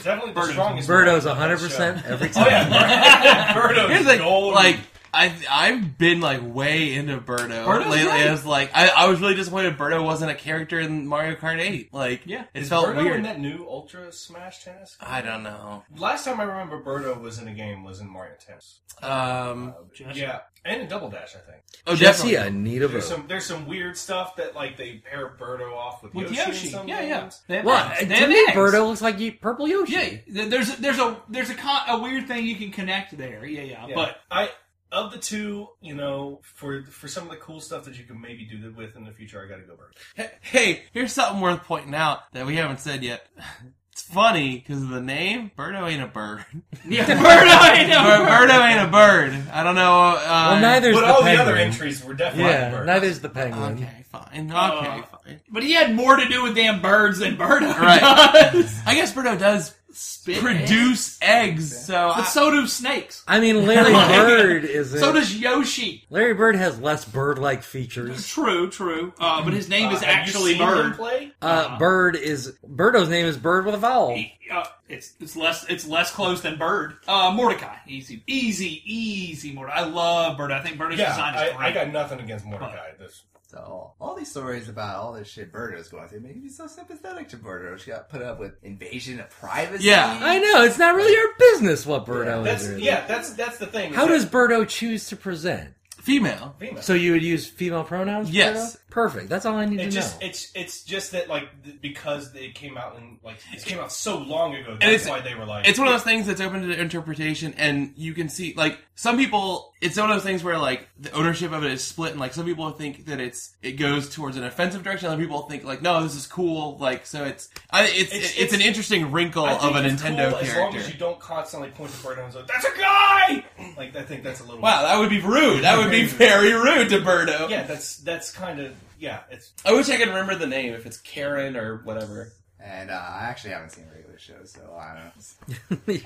Speaker 2: Definitely the
Speaker 4: Birdo's-
Speaker 2: strongest.
Speaker 1: Birdo's
Speaker 2: point of that
Speaker 1: 100%
Speaker 2: show.
Speaker 1: every
Speaker 2: Oh
Speaker 1: time.
Speaker 2: yeah, Birdo's
Speaker 3: Here's the thing,
Speaker 2: golden.
Speaker 3: like I I've been like way into Birdo
Speaker 4: Birdo's
Speaker 3: lately.
Speaker 4: great.
Speaker 3: As like I, I was really disappointed Birdo wasn't a character in Mario Kart Eight. Like
Speaker 4: Yeah.
Speaker 3: it
Speaker 2: is
Speaker 3: felt
Speaker 2: Birdo
Speaker 3: weird.
Speaker 2: in that new Ultra Smash Tennis?
Speaker 3: I don't know.
Speaker 2: Last time I remember Birdo was in a game was in Mario Tennis.
Speaker 3: Um,
Speaker 2: Yeah, and in Double Dash, I think.
Speaker 3: oh,
Speaker 1: Jesse,
Speaker 3: definitely.
Speaker 1: I need a
Speaker 2: There's
Speaker 1: vote.
Speaker 2: some there's some weird stuff that like they pair Birdo off with,
Speaker 4: With
Speaker 2: Yoshi.
Speaker 4: Yoshi,
Speaker 2: in some
Speaker 4: yeah, yeah.
Speaker 2: games.
Speaker 4: They have
Speaker 1: Well,
Speaker 4: eggs.
Speaker 1: to
Speaker 4: They have
Speaker 1: me,
Speaker 4: eggs.
Speaker 1: Birdo looks like you, purple Yoshi.
Speaker 4: Yeah, th- there's a, there's a there's a con- a weird thing you can connect there. Yeah, yeah.
Speaker 2: Yeah.
Speaker 4: But
Speaker 2: I of the two, you know, for for some of the cool stuff that you can maybe do with in the future, I got to go Bird.
Speaker 3: Hey, here's something worth pointing out that we haven't said yet. It's funny because of the name. Birdo ain't a bird.
Speaker 4: Yeah, Birdo ain't
Speaker 3: Bir-
Speaker 4: a bird.
Speaker 3: Birdo ain't a bird. I don't know. Uh,
Speaker 1: Well, neither's
Speaker 2: But
Speaker 1: the
Speaker 2: all the
Speaker 1: penguin.
Speaker 2: other entries were definitely
Speaker 1: yeah,
Speaker 2: birds.
Speaker 1: neither's the penguin.
Speaker 3: Okay, fine. Okay,
Speaker 4: Uh,
Speaker 3: fine.
Speaker 4: But he had more to do with damn birds than Birdo
Speaker 3: Right.
Speaker 4: does.
Speaker 3: I guess Birdo does
Speaker 4: Spit
Speaker 3: produce eggs, so
Speaker 4: But
Speaker 3: I,
Speaker 4: so do snakes.
Speaker 1: I mean, Larry Bird isn't.
Speaker 4: So does Yoshi.
Speaker 1: Larry Bird has less bird-like features.
Speaker 4: True, true. Uh, but his name
Speaker 2: Uh,
Speaker 4: is
Speaker 2: have you
Speaker 4: actually
Speaker 2: seen him
Speaker 4: Bird.
Speaker 2: play?
Speaker 1: Uh, Bird is Birdo's name is Bird with a vowel.
Speaker 4: He- uh, it's it's less it's less close than Bird. Uh, Mordecai, easy, easy, easy. Mordecai. I love Bird. I think Bird's
Speaker 2: Yeah,
Speaker 4: design is
Speaker 2: I,
Speaker 4: great.
Speaker 2: I got nothing against Mordecai. This
Speaker 5: So all these stories about all this shit Birdo's going through make me so sympathetic to Birdo. She got put up with invasion of privacy.
Speaker 3: Yeah.
Speaker 1: I know it's not really our business what Birdo
Speaker 2: That's
Speaker 1: is.
Speaker 2: yeah. That's that's the thing. is
Speaker 1: How
Speaker 2: that
Speaker 1: does Birdo choose to present?
Speaker 3: female.
Speaker 2: female?
Speaker 1: So you would use female pronouns? for
Speaker 3: Yes.
Speaker 1: Birdo? Perfect. That's all I need
Speaker 2: it
Speaker 1: to
Speaker 2: just
Speaker 1: know.
Speaker 2: it's it's just that like th- because they came out in like it came out so long ago.
Speaker 3: And
Speaker 2: That's
Speaker 3: it's-
Speaker 2: why they were like
Speaker 3: It's one of those things that's open to interpretation, and you can see like some people. It's one of those things where like the ownership of it is split, and like some people think that it's it goes towards an offensive direction. Other people think like, no, this is cool. Like, so it's I, it's,
Speaker 2: It's-
Speaker 3: it's,
Speaker 2: it's-
Speaker 3: an interesting wrinkle
Speaker 2: I think
Speaker 3: of a
Speaker 2: it's
Speaker 3: Nintendo
Speaker 2: cool As long
Speaker 3: character.
Speaker 2: as you don't constantly point the bird and like, "That's a guy." Like I think that's a little.
Speaker 3: Wow, that would be rude. That would be very rude to Birdo.
Speaker 2: Yeah, that's that's kind of yeah. It's
Speaker 3: I wish I could remember the name if it's Karen or whatever.
Speaker 5: And uh, I actually haven't seen regular shows, so I don't.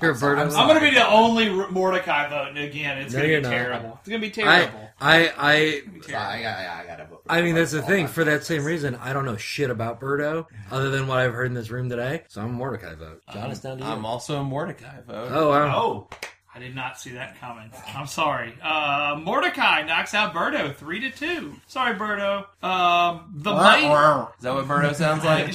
Speaker 1: You're a
Speaker 5: so- I'm
Speaker 1: Birdo.
Speaker 5: so-
Speaker 4: I'm gonna be the only R- Mordecai vote, and again, it's
Speaker 1: No,
Speaker 4: gonna
Speaker 1: you're
Speaker 4: be
Speaker 1: not.
Speaker 4: terrible. It's gonna be
Speaker 1: I,
Speaker 4: terrible.
Speaker 1: I, I,
Speaker 5: So I, I, I gotta vote. for
Speaker 1: I mean,
Speaker 5: Birdo.
Speaker 1: that's the
Speaker 5: All
Speaker 1: thing.
Speaker 5: my-
Speaker 1: For that same reason, I don't know shit about Birdo other than what I've heard in this room today. So I'm a Mordecai vote. John, it's down to you.
Speaker 3: I'm also a Mordecai vote.
Speaker 1: oh, I'm,
Speaker 2: oh
Speaker 4: I did not see that coming. I'm sorry. Uh, Mordecai knocks out Birdo three to two. Sorry, Birdo. Um, the main.
Speaker 3: Is that what Birdo sounds like?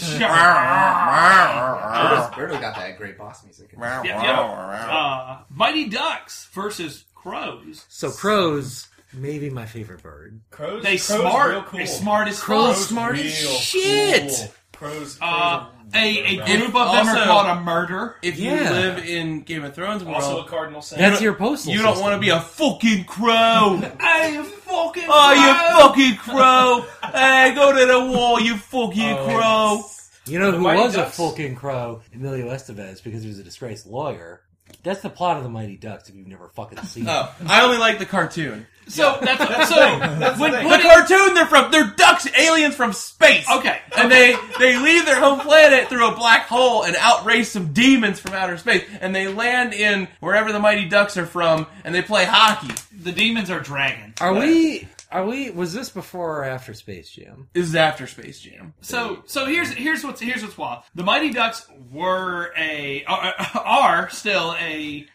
Speaker 4: Oh.
Speaker 5: Birdo's, Birdo got that great boss music.
Speaker 4: Uh, Mighty Ducks versus Crows.
Speaker 1: so crows may be my favorite bird.
Speaker 2: crows.
Speaker 4: They
Speaker 2: crows
Speaker 4: smart.
Speaker 2: Real cool.
Speaker 4: They smart as
Speaker 1: Crows
Speaker 4: fuck.
Speaker 1: smart as
Speaker 2: Real
Speaker 1: shit.
Speaker 2: Cool. Crows. crows
Speaker 4: Uh,
Speaker 2: are
Speaker 4: a, a
Speaker 2: rad.
Speaker 4: group of them are
Speaker 3: Also-
Speaker 4: caught a murder.
Speaker 3: If you
Speaker 1: Yeah.
Speaker 3: live in Game of Thrones world,
Speaker 2: also a cardinal saint.
Speaker 1: That's your postal.
Speaker 3: you don't
Speaker 1: system.
Speaker 3: want to be a fucking crow.
Speaker 4: I am fucking.
Speaker 3: oh, you fucking crow! hey, go to the wall, you fucking crow!
Speaker 1: You know
Speaker 2: The
Speaker 1: who
Speaker 2: Mighty
Speaker 1: was
Speaker 2: Ducks?
Speaker 1: a fucking crow? Emilio Estevez, because he was a disgraced lawyer. That's the plot of the Mighty Ducks. If you've never fucking seen it,
Speaker 3: Oh, I only like the cartoon.
Speaker 4: So that's so. when
Speaker 2: the thing.
Speaker 3: The
Speaker 4: putting-
Speaker 3: cartoon they're from, they're ducks, aliens from space.
Speaker 4: Okay.
Speaker 3: And they, they leave their home planet through a black hole and outrace some demons from outer space. And they land in wherever the mighty ducks are from and they play hockey.
Speaker 4: the demons are dragons.
Speaker 1: are we? Are we? Was this before or after Space Jam?
Speaker 3: This is after Space Jam.
Speaker 4: So so here's here's what's here's what's wild. The Mighty Ducks were a are, are still a,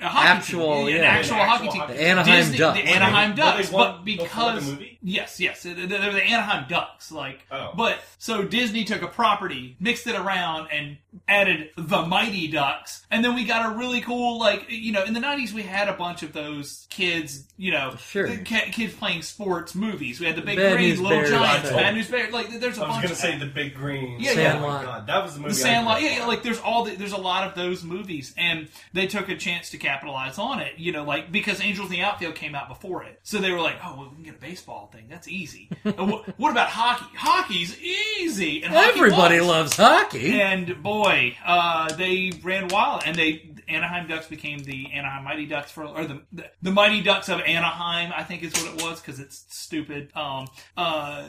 Speaker 4: a hockey
Speaker 1: Actual,
Speaker 4: team,
Speaker 1: yeah.
Speaker 4: an actual
Speaker 2: An
Speaker 4: hockey
Speaker 2: actual
Speaker 4: team.
Speaker 2: hockey
Speaker 1: The Anaheim
Speaker 4: Disney-
Speaker 1: Ducks.
Speaker 4: the
Speaker 1: Were
Speaker 4: Anaheim
Speaker 2: they- were they
Speaker 4: Ducks,
Speaker 2: one
Speaker 4: but
Speaker 2: before
Speaker 4: because
Speaker 2: the movie?
Speaker 4: yes, yes, they're, they're the Anaheim Ducks. Like,
Speaker 2: Oh.
Speaker 4: but so Disney took a property, mixed it around, and added the Mighty Ducks, and then we got a really cool like you know in the nineties we had a bunch of those kids you know
Speaker 1: Sure.
Speaker 4: the ki- kids playing sports movies. We had the Big
Speaker 1: Bad
Speaker 4: Green,
Speaker 1: News
Speaker 4: Little
Speaker 1: Bears.
Speaker 4: Giants,
Speaker 2: Oh.
Speaker 4: Bad News Bears. Like, there's a
Speaker 2: I was
Speaker 4: bunch
Speaker 2: gonna
Speaker 4: of
Speaker 2: say the big green.
Speaker 4: Yeah, yeah.
Speaker 2: Oh my
Speaker 1: Sandlot.
Speaker 2: god, that was the movie.
Speaker 4: the
Speaker 2: I
Speaker 4: Sandlot.
Speaker 2: grew up
Speaker 4: Yeah, yeah,
Speaker 2: on.
Speaker 4: like there's all the, there's a lot of those movies, and they took a chance to capitalize on it. You know, like because Angels in the Outfield came out before it, so they were like, oh, well, we can get a baseball thing. That's easy. And wh- what about hockey? Hockey's easy, and hockey
Speaker 1: Everybody
Speaker 4: was.
Speaker 1: loves hockey.
Speaker 4: And boy, uh, they ran wild, and they Anaheim Ducks became the Anaheim Mighty Ducks for, or the the Mighty Ducks of Anaheim, I think is what it was because it's stupid. Um, uh,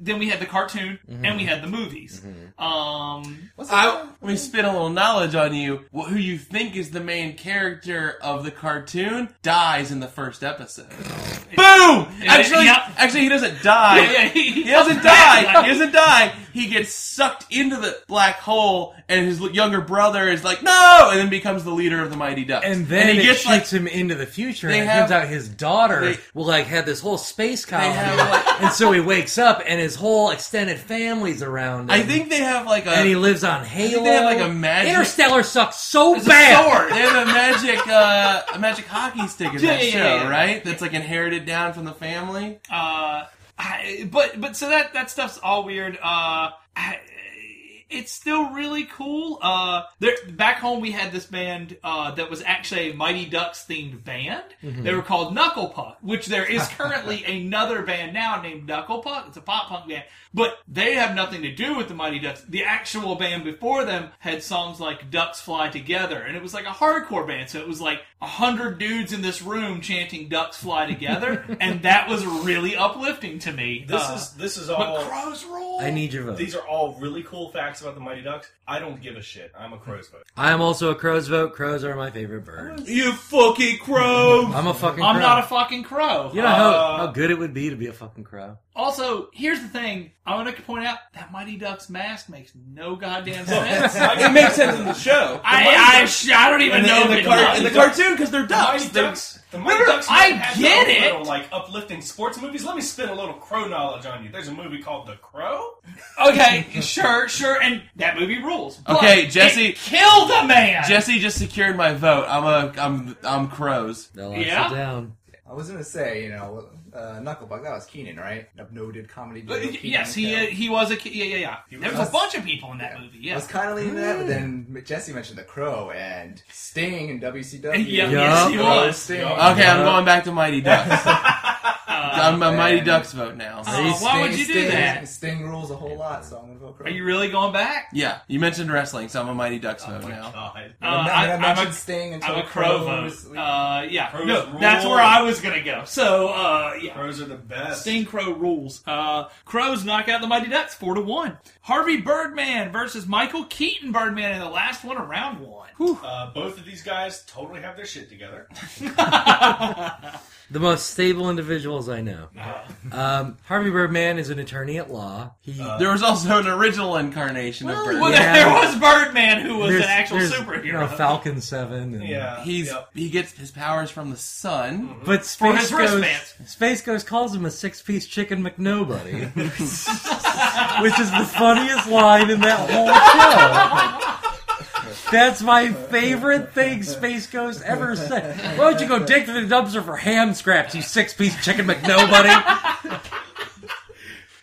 Speaker 4: then we had the cartoon,
Speaker 1: Mm-hmm.
Speaker 4: and we had the movies. Um,
Speaker 5: What's the-
Speaker 3: I, let me spin a little knowledge on you. Wh- Who you think is the main character of the cartoon dies in the first episode. Boom! Actually,
Speaker 4: yeah.
Speaker 3: actually, he doesn't die.
Speaker 4: Yeah, yeah, he-
Speaker 3: he, doesn't die. He doesn't die. He gets sucked into the black hole, and his l- younger brother is like, "No!" and then becomes the leader of the Mighty Ducks.
Speaker 1: And then
Speaker 3: he
Speaker 1: it
Speaker 3: gets like.
Speaker 1: shoots him into the future,
Speaker 3: They
Speaker 1: and it
Speaker 3: have-
Speaker 1: turns out his daughter
Speaker 3: they-
Speaker 1: will like had this whole space colony,
Speaker 3: have, like-
Speaker 1: and so he wakes up, and his whole extended family's around. Him,
Speaker 3: I think they have like a.
Speaker 1: and he lives on Halo.
Speaker 3: think they have, like, a magic-
Speaker 1: Interstellar sucks so
Speaker 4: It's a
Speaker 1: bad.
Speaker 4: sword.
Speaker 3: they have a magic, uh, a magic hockey stick in
Speaker 4: Yeah,
Speaker 3: that
Speaker 4: yeah,
Speaker 3: show,
Speaker 4: yeah, yeah.
Speaker 3: right? That's like inherited down from the family.
Speaker 4: uh, I, but but so that that stuff's all weird. Uh, I, it's still really cool. Uh, there, back home we had this band uh, that was actually a Mighty Ducks themed band.
Speaker 2: Mm-hmm.
Speaker 4: They were called Knuckle Puck, which there is currently another band now named Knuckle Puck. It's a pop punk band, but they have nothing to do with the Mighty Ducks. The actual band before them had songs like Ducks Fly Together, and it was like a hardcore band. So it was like a hundred dudes in this room chanting Ducks Fly Together, and that was really uplifting to me.
Speaker 2: This
Speaker 4: Uh,
Speaker 2: is this is
Speaker 4: but
Speaker 2: all.
Speaker 4: crows roll.
Speaker 1: I need your vote.
Speaker 2: These are all really cool facts about the Mighty Ducks. I don't give a shit. I'm a crow's vote.
Speaker 1: I'm also a crow's vote. Crows are my favorite bird.
Speaker 3: You fucking crow!
Speaker 1: I'm a fucking.
Speaker 4: I'm
Speaker 1: crow.
Speaker 4: not a fucking crow.
Speaker 1: You know how,
Speaker 2: Uh,
Speaker 1: how good it would be to be a fucking crow.
Speaker 4: Also, here's the thing. I want to point out that Mighty Ducks mask makes no goddamn sense. I,
Speaker 2: it
Speaker 3: It makes sense in the show.
Speaker 4: I, sh- I don't even
Speaker 3: in the,
Speaker 4: know
Speaker 3: in
Speaker 4: if
Speaker 3: the,
Speaker 4: it
Speaker 3: car-
Speaker 4: does.
Speaker 3: in the cartoon because they're ducks.
Speaker 2: Mighty
Speaker 3: They're-
Speaker 2: Ducks. The Mighty
Speaker 4: Remember,
Speaker 2: Ducks.
Speaker 4: I
Speaker 2: have
Speaker 4: get
Speaker 2: their own
Speaker 4: it.
Speaker 2: Little, like uplifting sports movies. Let me spin a little crow knowledge on you. There's a movie called The Crow.
Speaker 4: Okay, sure, sure, and that movie rules. But
Speaker 3: Okay, Jesse-
Speaker 4: it killed the man.
Speaker 3: Jesse just secured my vote. I'm a I'm I'm crows.
Speaker 1: They'll lock you
Speaker 4: Yeah?
Speaker 1: down.
Speaker 5: I was gonna say, you know, uh, Knucklebuck. That was Keenan, right? A noted comedy.
Speaker 4: Uh,
Speaker 5: duo, Keenan
Speaker 4: yes, he
Speaker 5: Kel.
Speaker 4: uh, he was a ki- yeah yeah yeah. there was,
Speaker 5: was-
Speaker 4: a bunch of people in that movie.
Speaker 5: I
Speaker 4: Yeah. Hmm.
Speaker 5: was kind of leaning that, but then Jesse mentioned the Crow and Sting and WCW.
Speaker 4: Yeah,
Speaker 1: yes, he
Speaker 5: Crow,
Speaker 4: was. Uh,
Speaker 5: Sting.
Speaker 2: Yeah.
Speaker 3: Okay, I'm
Speaker 1: Yeah.
Speaker 3: going back to Mighty Ducks. I'm a Mighty
Speaker 5: man.
Speaker 3: Ducks vote now.
Speaker 4: Oh, why would you do
Speaker 5: Sting,
Speaker 4: that?
Speaker 5: Sting rules a whole lot, so I'm gonna vote Crow.
Speaker 4: Are you really going back?
Speaker 3: Yeah, you mentioned wrestling, so I'm a Mighty Ducks vote now.
Speaker 2: Oh God.
Speaker 4: Uh,
Speaker 5: I'm not
Speaker 4: I,
Speaker 5: gonna
Speaker 4: I'm
Speaker 5: mention
Speaker 4: a
Speaker 5: Sting until
Speaker 4: I'm a crow
Speaker 5: Crow's-
Speaker 4: vote. Uh, yeah,
Speaker 2: Crows
Speaker 4: no, that's
Speaker 2: rule.
Speaker 4: where I was gonna go. So uh, yeah.
Speaker 2: Crows are the best.
Speaker 4: Sting Crow rules. Uh, Crows knock out the Mighty Ducks four to one. Harvey Birdman versus Michael Keaton Birdman in the last one of round one.
Speaker 2: Uh, both of these guys totally have their shit together.
Speaker 1: The most stable individuals I know.
Speaker 3: Ah.
Speaker 1: Um, Harvey Birdman is an attorney at law. He
Speaker 3: There was also an original incarnation of
Speaker 4: Well,
Speaker 3: Birdman.
Speaker 1: yeah.
Speaker 4: there was Birdman who was
Speaker 1: there's-
Speaker 4: an actual
Speaker 1: there's,
Speaker 4: superhero.
Speaker 1: You know, Falcon Seven. And,
Speaker 2: Yeah,
Speaker 3: He's
Speaker 2: yep.
Speaker 3: he gets his powers from the sun.
Speaker 1: But Space
Speaker 4: For his
Speaker 1: Ghost,
Speaker 4: wristbands.
Speaker 1: Space Ghost calls him a six-piece chicken McNobody, which is the funniest line in that whole show. That's my favorite thing Space Ghost ever said. Why don't you go dig to the dumpster for ham scraps, you six-piece chicken McNobody?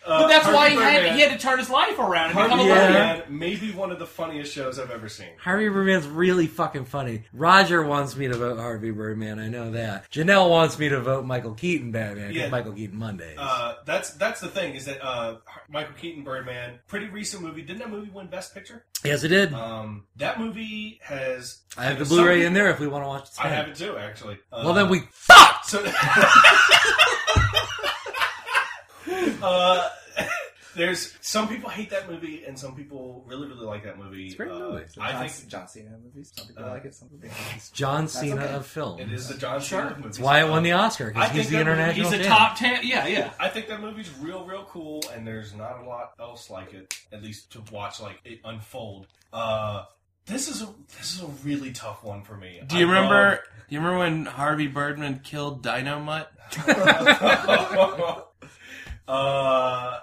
Speaker 4: but that's
Speaker 2: Uh, Harvey
Speaker 4: why he had,
Speaker 2: Birdman.
Speaker 4: he had to turn his life around and
Speaker 2: Harvey
Speaker 4: become a
Speaker 1: Yeah.
Speaker 4: lawyer.
Speaker 2: Birdman, maybe one of the funniest shows I've ever seen.
Speaker 1: Harvey Birdman's really fucking funny. Roger wants me to vote Harvey Birdman. I know that. Janelle wants me to vote Michael Keaton Batman. 'cause
Speaker 2: Yeah.
Speaker 1: Michael Keaton Mondays.
Speaker 2: Uh, that's that's the thing is that uh, Michael Keaton Birdman, pretty recent movie. Didn't that movie win Best Picture?
Speaker 1: yes, it did.
Speaker 2: Um, that movie has.
Speaker 1: I have
Speaker 2: you
Speaker 1: the
Speaker 2: know,
Speaker 1: Blu-ray
Speaker 2: some-
Speaker 1: in there if we want to watch it.
Speaker 2: I have it too, actually. Uh,
Speaker 1: Well, then we fuck.
Speaker 2: So, uh, there's some people hate that movie, and some people really really like that movie. It's
Speaker 1: a great movie.
Speaker 5: It's a John,
Speaker 2: I think
Speaker 5: John Cena movies. Some people
Speaker 2: Uh,
Speaker 5: like it, some people don't.
Speaker 1: John Cena
Speaker 5: okay.
Speaker 1: of film.
Speaker 2: it is the John Cena movie.
Speaker 1: That's why it won the Oscar because
Speaker 2: I
Speaker 1: he's
Speaker 2: think
Speaker 1: the
Speaker 2: that movie-
Speaker 1: international.
Speaker 4: He's a
Speaker 1: champ.
Speaker 4: top ten. Yeah, yeah.
Speaker 2: I think that movie's real, real cool, and there's not a lot else like it, at least to watch like it unfold. Uh, this is a this is a really tough one for me.
Speaker 3: Do you
Speaker 2: I
Speaker 3: remember? Do you remember when Harvey Birdman killed Dino Mutt?
Speaker 2: love- uh,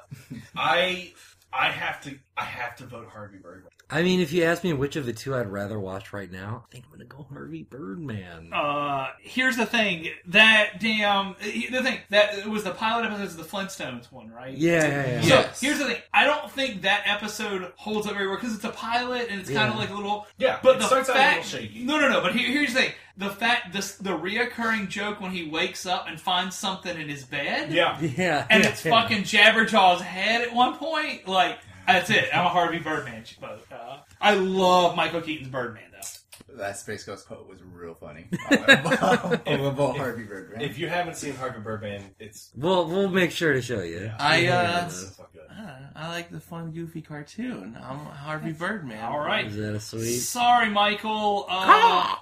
Speaker 2: I I have to I have to vote Harvey Birdman.
Speaker 1: I mean, if you ask me which of the two I'd rather watch right now, I think I'm gonna go Harvey Birdman.
Speaker 4: Uh, here's the thing. That damn the thing that it was the pilot episode of the Flintstones one, right?
Speaker 1: yeah, yeah, yeah.
Speaker 4: So
Speaker 3: Yes.
Speaker 4: here's the thing. I don't think that episode holds up very well because it's a pilot and it's kind
Speaker 1: Yeah.
Speaker 4: of like a little.
Speaker 2: Yeah,
Speaker 4: But
Speaker 2: it
Speaker 4: the
Speaker 2: starts out a
Speaker 4: fact,
Speaker 2: little shaky.
Speaker 4: no, no, no. But here, here's the thing: the fact, this, the reoccurring joke when he wakes up and finds something in his bed,
Speaker 2: Yeah,
Speaker 1: yeah.
Speaker 4: and
Speaker 1: yeah,
Speaker 4: it's
Speaker 1: yeah.
Speaker 4: fucking Jabberjaw's head at one point. Like that's it. I'm a Harvey Birdman vote. Uh, I love Michael Keaton's Birdman though.
Speaker 5: That Space Ghost quote was real funny. I love all Harvey Birdman.
Speaker 2: if you haven't seen Harvey Birdman, it's
Speaker 1: We'll we'll make sure to show you.
Speaker 3: I uh,
Speaker 2: so fucking good.
Speaker 3: I like the fun, goofy cartoon. I'm Harvey Birdman.
Speaker 4: All right.
Speaker 1: Is that a sweet?
Speaker 4: Sorry, Michael. Uh,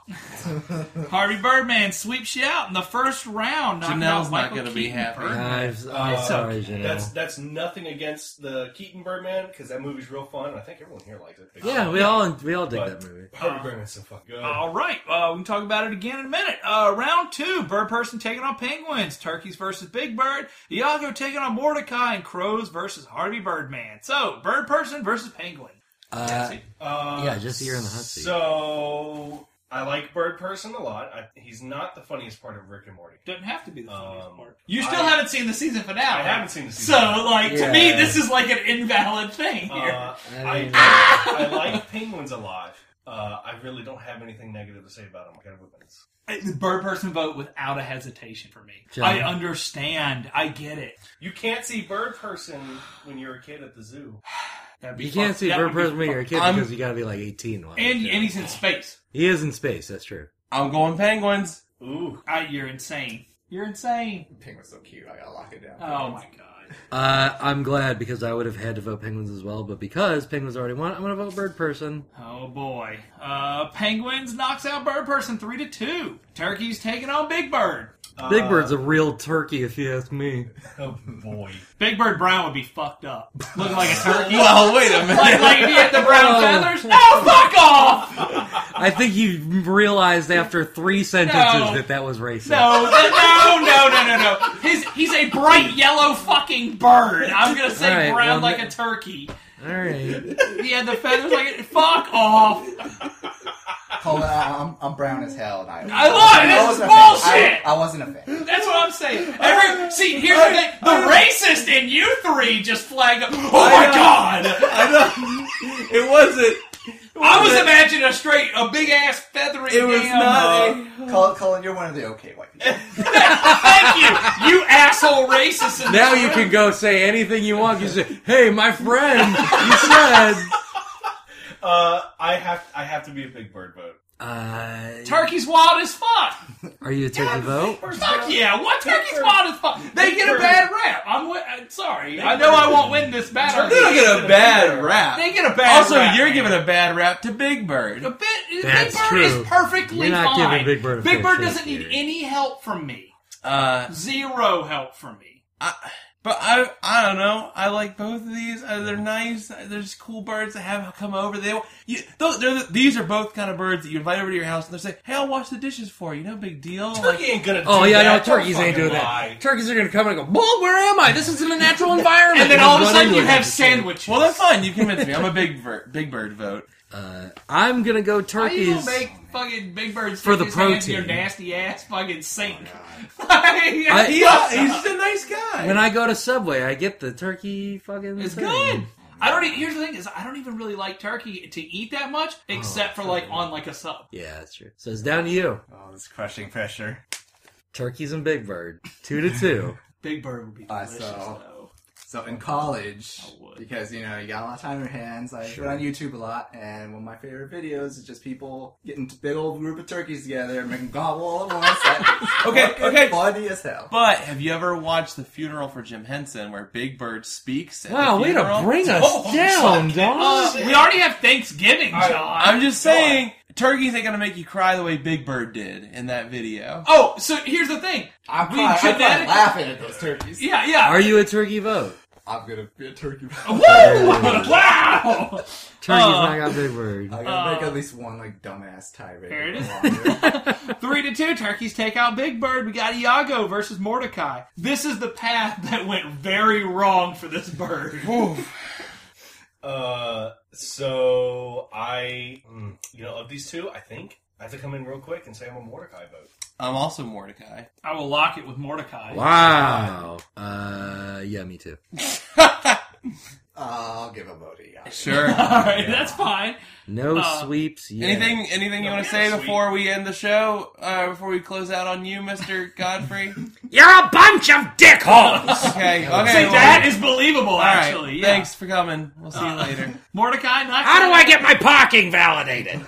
Speaker 4: Harvey Birdman sweeps you out in the first round. knocking
Speaker 3: Janelle's not
Speaker 4: out Michael
Speaker 3: gonna be
Speaker 4: Keaton
Speaker 3: happy.
Speaker 4: Birdman.
Speaker 1: I'm, I'm
Speaker 2: Uh,
Speaker 1: sorry, Janelle.
Speaker 2: That's that's nothing against the Keaton Birdman because that movie's real fun, and I think everyone here likes it.
Speaker 1: yeah, we all we all dig
Speaker 2: But-
Speaker 1: that movie.
Speaker 2: Harvey Birdman's so fucking good.
Speaker 4: All right, uh, we can talk about it again in a minute. Uh, round two: Bird Person taking on Penguins, Turkeys versus Big Bird, Iago taking on Mordecai, and Crows versus Harvey Birdman. So, Bird Person versus Penguin.
Speaker 1: Uh,
Speaker 2: Uh,
Speaker 1: yeah, just you're in the hot seat.
Speaker 2: So I like Bird Person a lot. I, he's not the funniest part of Rick and Morty.
Speaker 4: Doesn't have to be the funniest
Speaker 2: Um,
Speaker 4: part. You still
Speaker 2: I-
Speaker 4: haven't seen the season finale.
Speaker 2: I haven't seen the season.
Speaker 4: So, like, to me,
Speaker 5: Yeah.
Speaker 4: this is like an invalid thing here.
Speaker 2: Uh, I, I like penguins a lot. Uh, I really don't have anything negative to say about them. I got weapons.
Speaker 4: the bird person vote without a hesitation for me.
Speaker 1: John.
Speaker 4: I understand. I get it.
Speaker 2: You can't see Bird Person when you're a kid at the zoo.
Speaker 4: That'd be
Speaker 1: You can't
Speaker 4: fun.
Speaker 1: see
Speaker 4: That
Speaker 1: Bird
Speaker 4: would be
Speaker 1: Person when
Speaker 4: fun.
Speaker 1: you're a kid
Speaker 3: I'm-
Speaker 1: because you gotta be like 18. while
Speaker 4: And,
Speaker 1: you're a kid.
Speaker 4: and he's in space.
Speaker 1: he is in space, that's true.
Speaker 3: I'm going penguins.
Speaker 2: Ooh,
Speaker 4: I, you're insane. You're insane.
Speaker 5: Penguin's so cute. I gotta lock it down.
Speaker 4: Oh my god.
Speaker 1: Uh, I'm glad because I would have had to vote Penguins as well, but because Penguins already won, I'm gonna vote Bird Person.
Speaker 4: Oh boy. Uh, Penguins knocks out Bird Person three to two. Turkey's taking on Big Bird.
Speaker 1: Big Bird's a real turkey, if you ask me.
Speaker 2: oh boy.
Speaker 4: Big Bird Brown would be fucked up, looking like a turkey.
Speaker 3: Well, wait a
Speaker 4: like,
Speaker 3: minute.
Speaker 4: like if he had the
Speaker 1: No.
Speaker 4: brown feathers. No, fuck off.
Speaker 1: I think you realized after three sentences
Speaker 4: No.
Speaker 1: that that was racist.
Speaker 4: No, that- no, no, no, no, no. His, he's a bright yellow fucking bird. I'm gonna say
Speaker 1: All right,
Speaker 4: brown
Speaker 1: well,
Speaker 4: like
Speaker 1: ma-
Speaker 4: a turkey.
Speaker 1: All right.
Speaker 4: He had the feathers like fuck off.
Speaker 5: Hold on, I'm, I'm brown as hell. And I,
Speaker 4: I lied, this
Speaker 5: wasn't
Speaker 4: is
Speaker 5: a fan.
Speaker 4: bullshit!
Speaker 5: I, I wasn't a fan.
Speaker 4: That's what I'm saying. Every see, here's the thing: the racist in you three just flag up. Oh my god!
Speaker 3: I know. It wasn't.
Speaker 4: I was imagining a straight, a big ass feathery.
Speaker 3: It was
Speaker 4: damn,
Speaker 3: not.
Speaker 4: uh,
Speaker 3: a-
Speaker 5: Colin, Colin, you're one of the okay white people.
Speaker 4: Thank you, you asshole racist. In
Speaker 1: Now
Speaker 4: this
Speaker 1: you
Speaker 4: room.
Speaker 1: can go say anything you want. You say, hey, my friend, you said.
Speaker 2: Uh, I have I have to be a Big Bird vote.
Speaker 1: Uh,
Speaker 4: Turkey's wild as fuck.
Speaker 1: are you a turkey vote?
Speaker 4: Fuck yeah! What turkey's wild as fuck? They get a bad rap. I'm, wi- I'm sorry. I know I won't win this battle.
Speaker 3: They don't get a bad
Speaker 4: They
Speaker 3: rap.
Speaker 4: get a bad.
Speaker 3: Also,
Speaker 4: rap,
Speaker 3: you're
Speaker 4: man.
Speaker 3: giving a bad rap to Big Bird.
Speaker 4: The bit,
Speaker 1: That's
Speaker 4: Big Bird
Speaker 1: true.
Speaker 4: is perfectly
Speaker 1: You're not
Speaker 4: fine.
Speaker 1: giving Big Bird a
Speaker 4: Big
Speaker 1: fair
Speaker 4: Bird
Speaker 1: shake
Speaker 4: doesn't need
Speaker 1: here.
Speaker 4: any help from me.
Speaker 3: Uh,
Speaker 4: Zero help from me.
Speaker 3: But I, I don't know. I like both of these. Uh, they're nice. Uh, There's cool birds that have come over. They, you, those, they're, the- these are both kind of birds that you invite over to your house, and they say, "Hey, I'll wash the dishes for you. No big deal."
Speaker 2: Turkey
Speaker 3: Like,
Speaker 2: ain't gonna.
Speaker 1: Oh,
Speaker 2: do
Speaker 1: yeah,
Speaker 2: that.
Speaker 1: no, turkeys ain't doing that. Turkeys are going to come and go, Bull, where am I? This isn't a natural environment.
Speaker 4: And then all of a
Speaker 1: Run
Speaker 4: sudden you
Speaker 1: into it.
Speaker 4: have sandwiches.
Speaker 3: well, that's fine. You convinced me. I'm a big, ver- big bird vote.
Speaker 1: Uh, I'm going to go
Speaker 4: How
Speaker 1: turkeys.
Speaker 4: you gonna make fucking Big Bird
Speaker 1: For
Speaker 4: stick
Speaker 1: the
Speaker 4: his hand in Your
Speaker 1: protein.
Speaker 4: nasty ass fucking sink.
Speaker 5: Oh
Speaker 1: I-
Speaker 3: Yeah, he's just a nice guy.
Speaker 1: When I go to Subway, I get the turkey fucking.
Speaker 4: it's
Speaker 1: thing.
Speaker 4: good. I don't. e- Here's the thing: is I don't even really like turkey to eat that much,
Speaker 1: Oh,
Speaker 4: except for like on like a sub.
Speaker 1: Yeah, that's true. So it's down to you.
Speaker 5: Oh, this crushing pressure.
Speaker 1: Turkeys and Big Bird, two to two.
Speaker 4: Big Bird would be
Speaker 5: I
Speaker 4: delicious
Speaker 5: saw.
Speaker 4: though.
Speaker 5: So in college,
Speaker 4: I would.
Speaker 5: because you know you got a lot of time on your hands, I put on YouTube a lot, and one of my favorite videos is just people getting a big old group of turkeys together and making gobble all at once. That's
Speaker 3: Okay,
Speaker 5: fucking
Speaker 3: okay.
Speaker 5: funny as hell.
Speaker 3: But have you ever watched the funeral for Jim Henson, where Big Bird speaks? At
Speaker 1: wow,
Speaker 3: the
Speaker 1: way to
Speaker 3: funeral?
Speaker 1: bring us
Speaker 3: Oh,
Speaker 1: down,
Speaker 4: Uh,
Speaker 1: dog.
Speaker 4: we already have Thanksgiving,
Speaker 2: I-
Speaker 4: John.
Speaker 3: I'm just saying, turkeys ain't gonna make you cry the way Big Bird did in that video.
Speaker 4: Oh, so here's the thing.
Speaker 5: I'm,
Speaker 4: We
Speaker 5: probably, I'm probably
Speaker 4: genetic-
Speaker 5: laughing at those turkeys.
Speaker 4: Yeah, yeah.
Speaker 1: Are you a turkey vote?
Speaker 5: I'm gonna be a turkey.
Speaker 4: Woo! wow!
Speaker 1: Turkeys
Speaker 4: Uh,
Speaker 1: not got Big Bird.
Speaker 5: I gotta make
Speaker 4: Uh,
Speaker 5: at least one like dumbass tirade.
Speaker 4: There it
Speaker 5: is.
Speaker 4: Three to two, turkeys take out Big Bird. We got Iago versus Mordecai. This is the path that went very wrong for this bird.
Speaker 2: Uh, so I, mm, you know, of these two, I think I have to come in real quick and say I'm a Mordecai vote.
Speaker 3: I'm also Mordecai.
Speaker 4: I will lock it with Mordecai.
Speaker 1: Wow. Uh, yeah, me too.
Speaker 5: I'll give a vote to you.
Speaker 3: Sure.
Speaker 4: All right, that's fine.
Speaker 1: No
Speaker 4: Uh,
Speaker 1: sweeps. Yet.
Speaker 3: Anything anything you
Speaker 2: No,
Speaker 3: want to
Speaker 2: yeah,
Speaker 3: say
Speaker 2: sweet.
Speaker 3: before we end the show? Uh, before we close out on you, Mister Godfrey?
Speaker 6: You're a bunch of dickholes!
Speaker 3: Okay. Okay.
Speaker 4: See,
Speaker 3: well,
Speaker 4: that is believable,
Speaker 3: all right,
Speaker 4: actually. yeah.
Speaker 3: Thanks for coming. We'll see you later.
Speaker 4: Mordecai. Not
Speaker 6: How do I get my parking validated?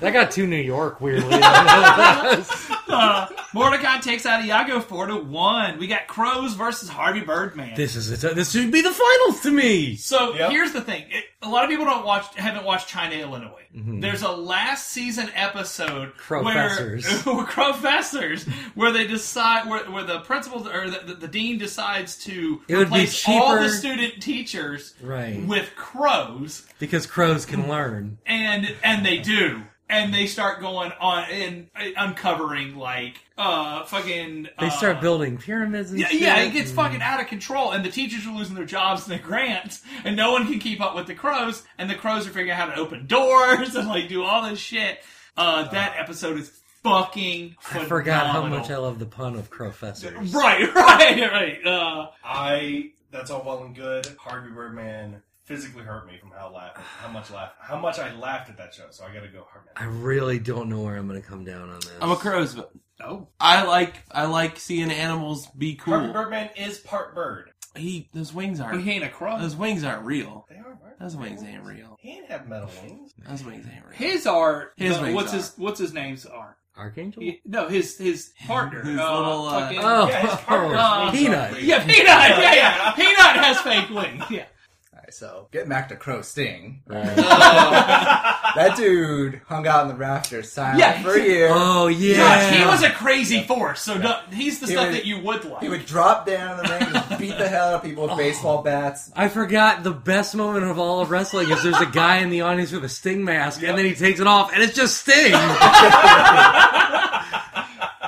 Speaker 1: That got too New York weirdly.
Speaker 4: Uh, Mordecai takes out Iago four to one. We got Crows versus Harvey Birdman.
Speaker 1: this is a t- this should be the finals to me.
Speaker 4: So
Speaker 2: Yep.
Speaker 4: here's the thing: it, a lot of people don't watch, haven't watched China Illinois.
Speaker 1: Mm-hmm.
Speaker 4: There's a last season episode
Speaker 1: Crowfessors.
Speaker 4: where professors where they decide where, where the principal or the, the, dean decides to
Speaker 1: It would be
Speaker 4: replace all the
Speaker 1: cheaper-
Speaker 4: student teachers
Speaker 1: Right.
Speaker 4: with crows,
Speaker 1: Because crows can learn.
Speaker 4: and and they do. And they start going on and uh, uncovering like uh fucking.
Speaker 1: They start
Speaker 4: uh,
Speaker 1: building pyramids and
Speaker 4: yeah,
Speaker 1: shit.
Speaker 4: yeah, it gets fucking out of control, and the teachers are losing their jobs and their grants, and no one can keep up with the crows, and the crows are figuring out how to open doors and like do all this shit. Uh, that episode is fucking
Speaker 1: I
Speaker 4: phenomenal.
Speaker 1: forgot how much I love the pun of professors.
Speaker 4: Right, right, right. Uh,
Speaker 2: I that's all well and good. Harvey Birdman physically hurt me from how laugh how much laugh how much I laughed at that show. So I got to go Harvey.
Speaker 1: I really don't know where I'm going to come down on this.
Speaker 3: I'm a crow's. foot.
Speaker 4: oh,
Speaker 3: I like I like seeing animals be
Speaker 2: Harvey
Speaker 3: cool.
Speaker 2: Birdman is part bird.
Speaker 3: He those wings aren't.
Speaker 4: he ain't a crow.
Speaker 3: Those wings aren't real.
Speaker 2: They are bird.
Speaker 3: Those wings ain't real.
Speaker 2: He didn't have metal wings.
Speaker 3: Those wings ain't real.
Speaker 4: His are
Speaker 3: His
Speaker 4: the-
Speaker 3: names
Speaker 4: what's
Speaker 3: are.
Speaker 4: his what's his name's are
Speaker 1: Archangel?
Speaker 4: He- no his his partner
Speaker 3: His
Speaker 4: uh,
Speaker 3: little, uh,
Speaker 4: fucking-
Speaker 1: Oh,
Speaker 2: Yeah, his partner's
Speaker 1: oh,
Speaker 2: wings
Speaker 1: Peanut.
Speaker 2: are
Speaker 4: yeah peanut yeah yeah peanut has fake wings yeah
Speaker 5: Alright, so getting back to Crow Sting.
Speaker 1: Right.
Speaker 5: That dude hung out in the rafters silent
Speaker 4: Yeah.
Speaker 5: for a year.
Speaker 1: Oh, yeah.
Speaker 4: Gosh, he was a crazy force so no- he's the
Speaker 5: He
Speaker 4: stuff
Speaker 5: would-
Speaker 4: that you would like
Speaker 5: He would drop down in the ring and beat the hell out of people with baseball bats.
Speaker 1: I forgot the best moment of all of wrestling is there's a guy in the audience with a Sting mask, and then he takes it off, and it's just Sting.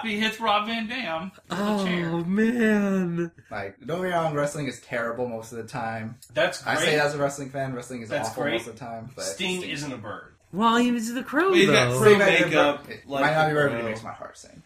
Speaker 4: he hits Rob Van Dam with a chair
Speaker 1: oh man,
Speaker 5: Like, don't get me wrong, wrestling is terrible most of the time.
Speaker 2: That's great.
Speaker 5: I say as a wrestling fan, wrestling is
Speaker 2: That's
Speaker 5: awful
Speaker 2: great.
Speaker 5: most of the time. But
Speaker 2: Sting, isn't a bird.
Speaker 1: well he was the crow
Speaker 3: He's got
Speaker 1: though.
Speaker 3: Crow
Speaker 5: Sting might be a
Speaker 3: makeup,
Speaker 5: bird- It
Speaker 3: like,
Speaker 5: might not be right, but it
Speaker 3: uh,
Speaker 5: makes my heart sing.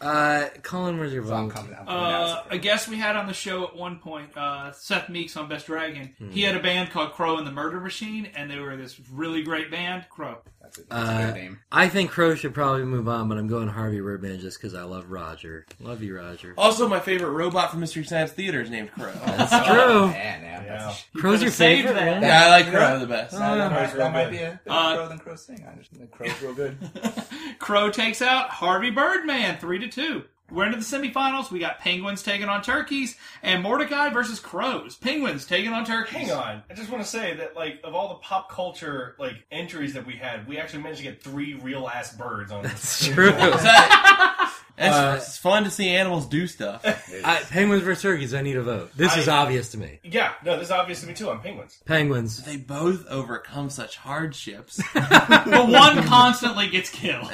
Speaker 1: Uh, Colin, where's your
Speaker 5: So I'm
Speaker 1: vote?
Speaker 5: coming out.
Speaker 4: uh, a guest we had on the show at one point, uh, Seth Meeks on Best Dragon. He
Speaker 1: Hmm.
Speaker 4: had a band called Crow and the Murder Machine, and they were this really great band. Crow.
Speaker 5: That's a, that's a
Speaker 1: Uh,
Speaker 5: good name.
Speaker 1: I think Crow should probably move on, but I'm going Harvey Birdman just because I love Roger. Love you, Roger.
Speaker 3: Also, my favorite robot from Mystery Science Theater is named Crow.
Speaker 1: That's
Speaker 5: Oh,
Speaker 1: true.
Speaker 5: man, yeah, that's-
Speaker 1: Crow's
Speaker 4: could've
Speaker 1: your
Speaker 4: saved
Speaker 1: favorite.
Speaker 4: that.
Speaker 1: right?
Speaker 3: yeah, I like
Speaker 5: You know
Speaker 3: Crow
Speaker 5: what?
Speaker 3: the best.
Speaker 5: That, that might- that might be a better
Speaker 4: Uh,
Speaker 5: crow than crow sting. I understand. The crow's real good.
Speaker 4: Crow takes out Harvey Birdman, three to two. We're into the semifinals. We got Penguins taking on Turkeys and Mordecai versus Crows. Penguins taking on Turkeys.
Speaker 2: Hang on, I just want to say that like of all the pop culture like entries that we had, we actually managed to get three real ass birds on.
Speaker 1: It's true.
Speaker 3: Is that- It's, it's fun to see animals do stuff.
Speaker 1: I, Penguins versus Turkeys. I need a vote. This is
Speaker 2: I-
Speaker 1: obvious to me.
Speaker 2: Yeah, no, this is obvious to me too. I'm penguins.
Speaker 1: Penguins.
Speaker 3: They both overcome such hardships.
Speaker 4: The one constantly gets killed.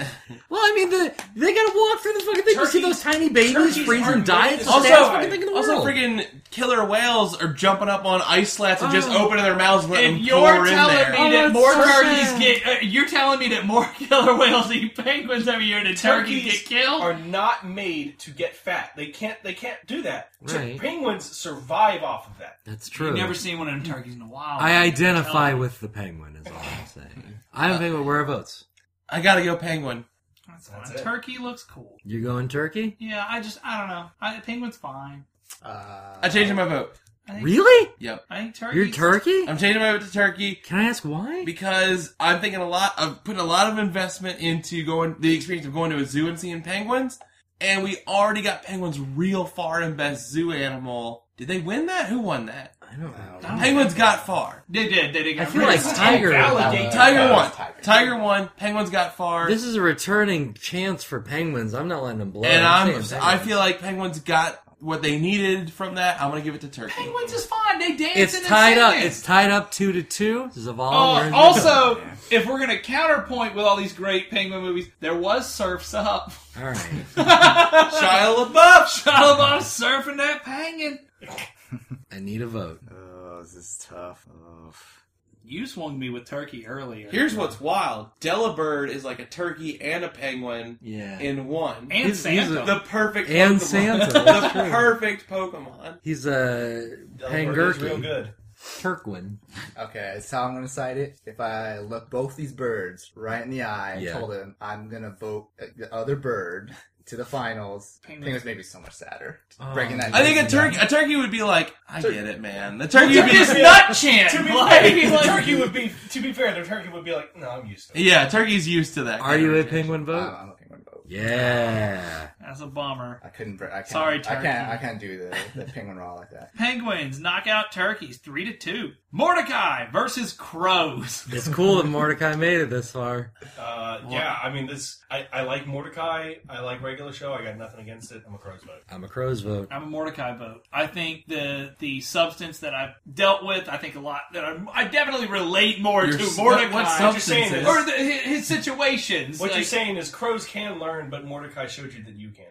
Speaker 1: Well, I mean, the, they gotta walk through the fucking thing to see those
Speaker 2: Turkeys-
Speaker 1: tiny babies
Speaker 2: turkeys
Speaker 1: freeze
Speaker 2: are
Speaker 1: and die.
Speaker 2: made
Speaker 1: It's
Speaker 2: to
Speaker 1: the
Speaker 3: Also-
Speaker 1: saddest fucking thing in the
Speaker 3: also,
Speaker 1: world.
Speaker 3: freaking killer whales are jumping up on ice slats and just
Speaker 1: Oh.
Speaker 3: opening their mouths and letting
Speaker 4: And
Speaker 3: them pour
Speaker 4: you're
Speaker 3: in
Speaker 4: telling
Speaker 3: there.
Speaker 4: me
Speaker 1: Oh,
Speaker 4: that
Speaker 1: that's
Speaker 4: more
Speaker 1: so
Speaker 4: turkeys
Speaker 1: sad.
Speaker 4: get. Uh, you're telling me that more killer whales eat penguins every year and turkeys,
Speaker 2: Turkeys
Speaker 4: get killed?
Speaker 2: Are not made to get fat. They can't. They can't do that. Tur-
Speaker 1: Right.
Speaker 2: Penguins survive off of that.
Speaker 1: That's
Speaker 4: You've
Speaker 1: true.
Speaker 4: never seen one of them turkeys in a while.
Speaker 1: I identify with the penguin, is all I'm saying. I'm a penguin. Where are votes?
Speaker 3: I gotta go penguin.
Speaker 4: That's
Speaker 2: That's
Speaker 4: fine.
Speaker 2: it.
Speaker 4: Turkey looks cool.
Speaker 1: You going turkey?
Speaker 4: Yeah, I just I don't know. I, penguin's fine.
Speaker 5: Uh,
Speaker 3: I'm changing my vote.
Speaker 4: I think,
Speaker 1: Really?
Speaker 3: Yep.
Speaker 4: I think turkey.
Speaker 1: You're turkey?
Speaker 3: I'm changing my vote to turkey
Speaker 1: Can I ask why?
Speaker 3: because I'm thinking a lot of putting a lot of investment into going the experience of going to a zoo and seeing penguins. And we already got penguins real far in best zoo animal. Did they win that? Who won that?
Speaker 1: I don't know.
Speaker 3: Penguins got far.
Speaker 4: They did. They did.
Speaker 1: I feel like tiger.
Speaker 5: Alligator.
Speaker 3: Tiger
Speaker 5: Uh,
Speaker 3: won.
Speaker 5: Tiger.
Speaker 3: Tiger won. Penguins got far.
Speaker 1: This is a returning chance for penguins. I'm not letting them blow.
Speaker 3: and I'm,
Speaker 1: saying
Speaker 3: I
Speaker 1: penguins.
Speaker 3: feel like penguins got what they needed from that. I'm gonna give it to turkey.
Speaker 4: penguins is fine. They dance.
Speaker 1: it's
Speaker 4: and
Speaker 1: tied up.
Speaker 4: singing.
Speaker 1: It's tied up two to two. Zavala.
Speaker 4: Uh,
Speaker 1: where's your vote?
Speaker 4: also, if we're gonna counterpoint with all these great penguin movies, there was Surfs Up.
Speaker 1: all right.
Speaker 3: Shia LaBeouf.
Speaker 4: Alabama surfing that penguin.
Speaker 1: I need a vote.
Speaker 5: oh, this is tough. Oh.
Speaker 4: You swung me with turkey earlier.
Speaker 3: Here's what's wild: Delabird is like a turkey and a penguin
Speaker 1: Yeah.
Speaker 3: in one.
Speaker 4: and
Speaker 1: he's- he's
Speaker 4: Santa.
Speaker 1: a-
Speaker 3: the perfect
Speaker 1: And
Speaker 3: Pokemon.
Speaker 1: Santa,
Speaker 3: the
Speaker 1: that's true.
Speaker 3: perfect Pokemon.
Speaker 1: He's a
Speaker 2: Bird is real
Speaker 1: pangurkin.
Speaker 2: good.
Speaker 1: Turquin.
Speaker 5: Okay, that's how I'm gonna decide it. If I look both these birds right in the eye and
Speaker 1: Yeah.
Speaker 5: told them I'm gonna vote the other bird to the finals,
Speaker 4: Penguins.
Speaker 5: penguins made me so much sadder.
Speaker 1: Oh.
Speaker 5: Breaking that.
Speaker 3: I think a
Speaker 5: news
Speaker 3: turkey,
Speaker 5: down.
Speaker 3: a turkey would be like, I get it, man. The
Speaker 4: Look
Speaker 3: turkey would
Speaker 4: at this
Speaker 3: be,
Speaker 4: nut chin.
Speaker 2: To be
Speaker 4: Like,
Speaker 2: fair,
Speaker 4: like-
Speaker 2: turkey would be. To be fair, the turkey would be like, no, I'm used to. it.
Speaker 3: yeah, turkey's used to that.
Speaker 1: Are you a
Speaker 3: character.
Speaker 1: penguin
Speaker 5: Uh,
Speaker 1: vote?
Speaker 5: I'm a penguin vote.
Speaker 1: Yeah.
Speaker 4: That's a bummer.
Speaker 5: I couldn't. br- I can't.
Speaker 4: Sorry,
Speaker 5: I
Speaker 4: turkey.
Speaker 5: can't. I can't do the, the penguin raw like that.
Speaker 4: Penguins knock out turkeys three to two. Mordecai versus crows.
Speaker 1: It's cool that Mordecai made it this far.
Speaker 2: Uh, yeah, I mean this. I, I like Mordecai. I like regular show. I got nothing against it. I'm a crow's vote.
Speaker 1: I'm a crow's vote.
Speaker 4: I'm a Mordecai vote. I think the the substance that I've dealt with, I think a lot that I'm, I definitely relate more
Speaker 3: Your
Speaker 4: to
Speaker 3: s-
Speaker 4: Mordecai
Speaker 3: What, what
Speaker 2: saying
Speaker 3: substance
Speaker 2: is-
Speaker 3: is?
Speaker 4: or the, his, his situations.
Speaker 2: What
Speaker 4: like-
Speaker 2: you're saying is crows can learn, but Mordecai showed you that you can.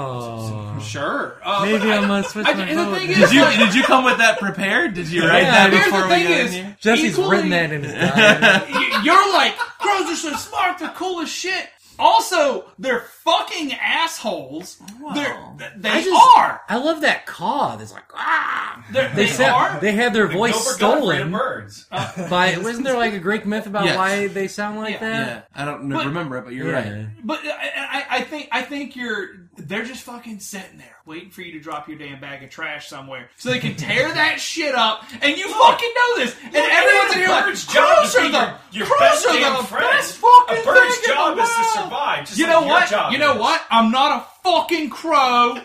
Speaker 1: Oh.
Speaker 4: Sure. Uh, but
Speaker 1: Maybe
Speaker 4: I-
Speaker 1: I'm gonna switch
Speaker 4: I-
Speaker 1: my
Speaker 4: and the
Speaker 1: vote.
Speaker 4: thing
Speaker 1: then.
Speaker 3: Did you did you come with that prepared? Did you write
Speaker 1: Yeah,
Speaker 3: that
Speaker 4: Here's
Speaker 3: before
Speaker 4: the
Speaker 3: we
Speaker 4: thing
Speaker 3: got in
Speaker 4: is,
Speaker 3: here?
Speaker 1: Jesse's
Speaker 4: equally-
Speaker 1: written that in his diary.
Speaker 4: Y- You're like, crows are so smart. They're cool as shit. Also, they're fucking assholes.
Speaker 3: Wow.
Speaker 4: They're, th- they
Speaker 1: I just-
Speaker 4: are.
Speaker 1: I love that caw. That's like ah.
Speaker 4: They're, they
Speaker 1: They said
Speaker 4: are.
Speaker 1: they had their voice
Speaker 2: Gilbert Gottfried of
Speaker 1: stolen
Speaker 2: birds.
Speaker 1: by. Wasn't there like a Greek myth about
Speaker 3: Yes.
Speaker 1: why they sound like
Speaker 4: Yeah.
Speaker 1: that?
Speaker 3: Yeah, I don't know,
Speaker 4: But-
Speaker 3: remember it, but you're right.
Speaker 4: But uh, I, I, I think I think you're. They're just fucking sitting there waiting for you to drop your damn bag of trash somewhere so they can tear that shit up. And you fucking know this. And everyone's in here like,
Speaker 2: bird's job
Speaker 4: crows
Speaker 2: is to
Speaker 4: are
Speaker 2: be
Speaker 4: the
Speaker 2: your, your
Speaker 4: crows
Speaker 2: best
Speaker 4: are
Speaker 2: damn
Speaker 4: the
Speaker 2: friend.
Speaker 4: best fucking
Speaker 2: a bird's
Speaker 4: thing in
Speaker 2: job
Speaker 4: the
Speaker 2: is to
Speaker 4: world."
Speaker 2: survive. Just
Speaker 4: you
Speaker 2: like
Speaker 4: know
Speaker 2: your
Speaker 4: what?
Speaker 2: job
Speaker 4: You know
Speaker 2: is.
Speaker 4: what? I'm not a fucking crow.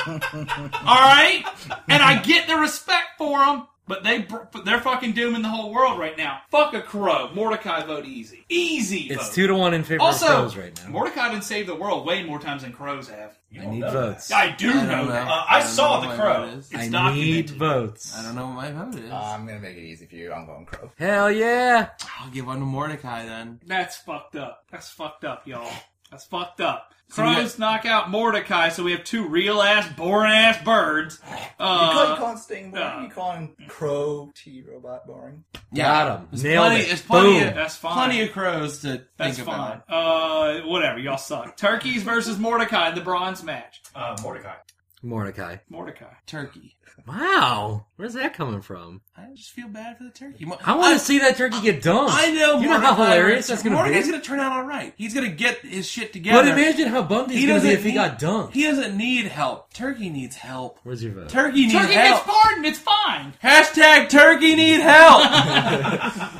Speaker 4: All right, and I get the respect for them, but they br- but they're fucking dooming the whole world right now. Fuck a crow. Mordecai vote easy, easy.
Speaker 1: It's
Speaker 4: vote.
Speaker 1: two to one in favor
Speaker 4: Also,
Speaker 1: of crows right now.
Speaker 4: Mordecai didn't save the world way more times than crows have.
Speaker 2: You
Speaker 1: I
Speaker 2: don't
Speaker 1: need
Speaker 2: know
Speaker 1: votes.
Speaker 4: I do
Speaker 3: I
Speaker 4: know
Speaker 3: don't know.
Speaker 4: that.
Speaker 2: Uh, I
Speaker 3: don't
Speaker 2: saw
Speaker 3: know
Speaker 2: The
Speaker 3: what
Speaker 2: Crow.
Speaker 3: my vote is.
Speaker 4: It's
Speaker 1: I need
Speaker 4: documented.
Speaker 1: votes.
Speaker 3: I don't know what my vote is.
Speaker 5: Uh, I'm gonna make it easy for you. I'm going crow.
Speaker 1: Hell yeah!
Speaker 3: I'll give one to Mordecai then.
Speaker 4: That's fucked up. That's fucked up, y'all. That's fucked up.
Speaker 3: So we
Speaker 4: Crows knock out Mordecai, so we have two real ass, boring ass birds. Uh,
Speaker 5: you calling Sting boring?
Speaker 4: uh,
Speaker 5: you calling Crow T Robot boring?
Speaker 1: Got him.
Speaker 3: There's
Speaker 1: Nailed
Speaker 3: plenty,
Speaker 1: it.
Speaker 3: There's plenty,
Speaker 1: Boom.
Speaker 3: Of,
Speaker 4: That's fine.
Speaker 3: plenty of crows to
Speaker 4: that's
Speaker 3: think about.
Speaker 4: fine. Uh, whatever. Y'all suck. Turkeys versus Mordecai in the bronze match.
Speaker 2: Uh, Mordecai.
Speaker 1: Mordecai.
Speaker 4: Mordecai.
Speaker 3: Turkey.
Speaker 1: Wow, where's that coming from?
Speaker 3: I just feel bad for the turkey. Mo-
Speaker 1: I want to see that turkey get dumped.
Speaker 3: I know.
Speaker 1: You know how
Speaker 3: Mordecai-
Speaker 1: hilarious that's going to
Speaker 3: Mordecai's
Speaker 1: be.
Speaker 3: gonna turn out all right. He's gonna get his shit together.
Speaker 1: But imagine how bummed he's
Speaker 3: He
Speaker 1: going to
Speaker 3: doesn't.
Speaker 1: be if he got
Speaker 3: need-
Speaker 1: dunked.
Speaker 3: He doesn't need help. Turkey needs help.
Speaker 1: Where's your vote?
Speaker 3: Turkey needs
Speaker 4: Turkey gets
Speaker 3: help.
Speaker 4: pardoned. It's fine.
Speaker 3: Hashtag Turkey need help.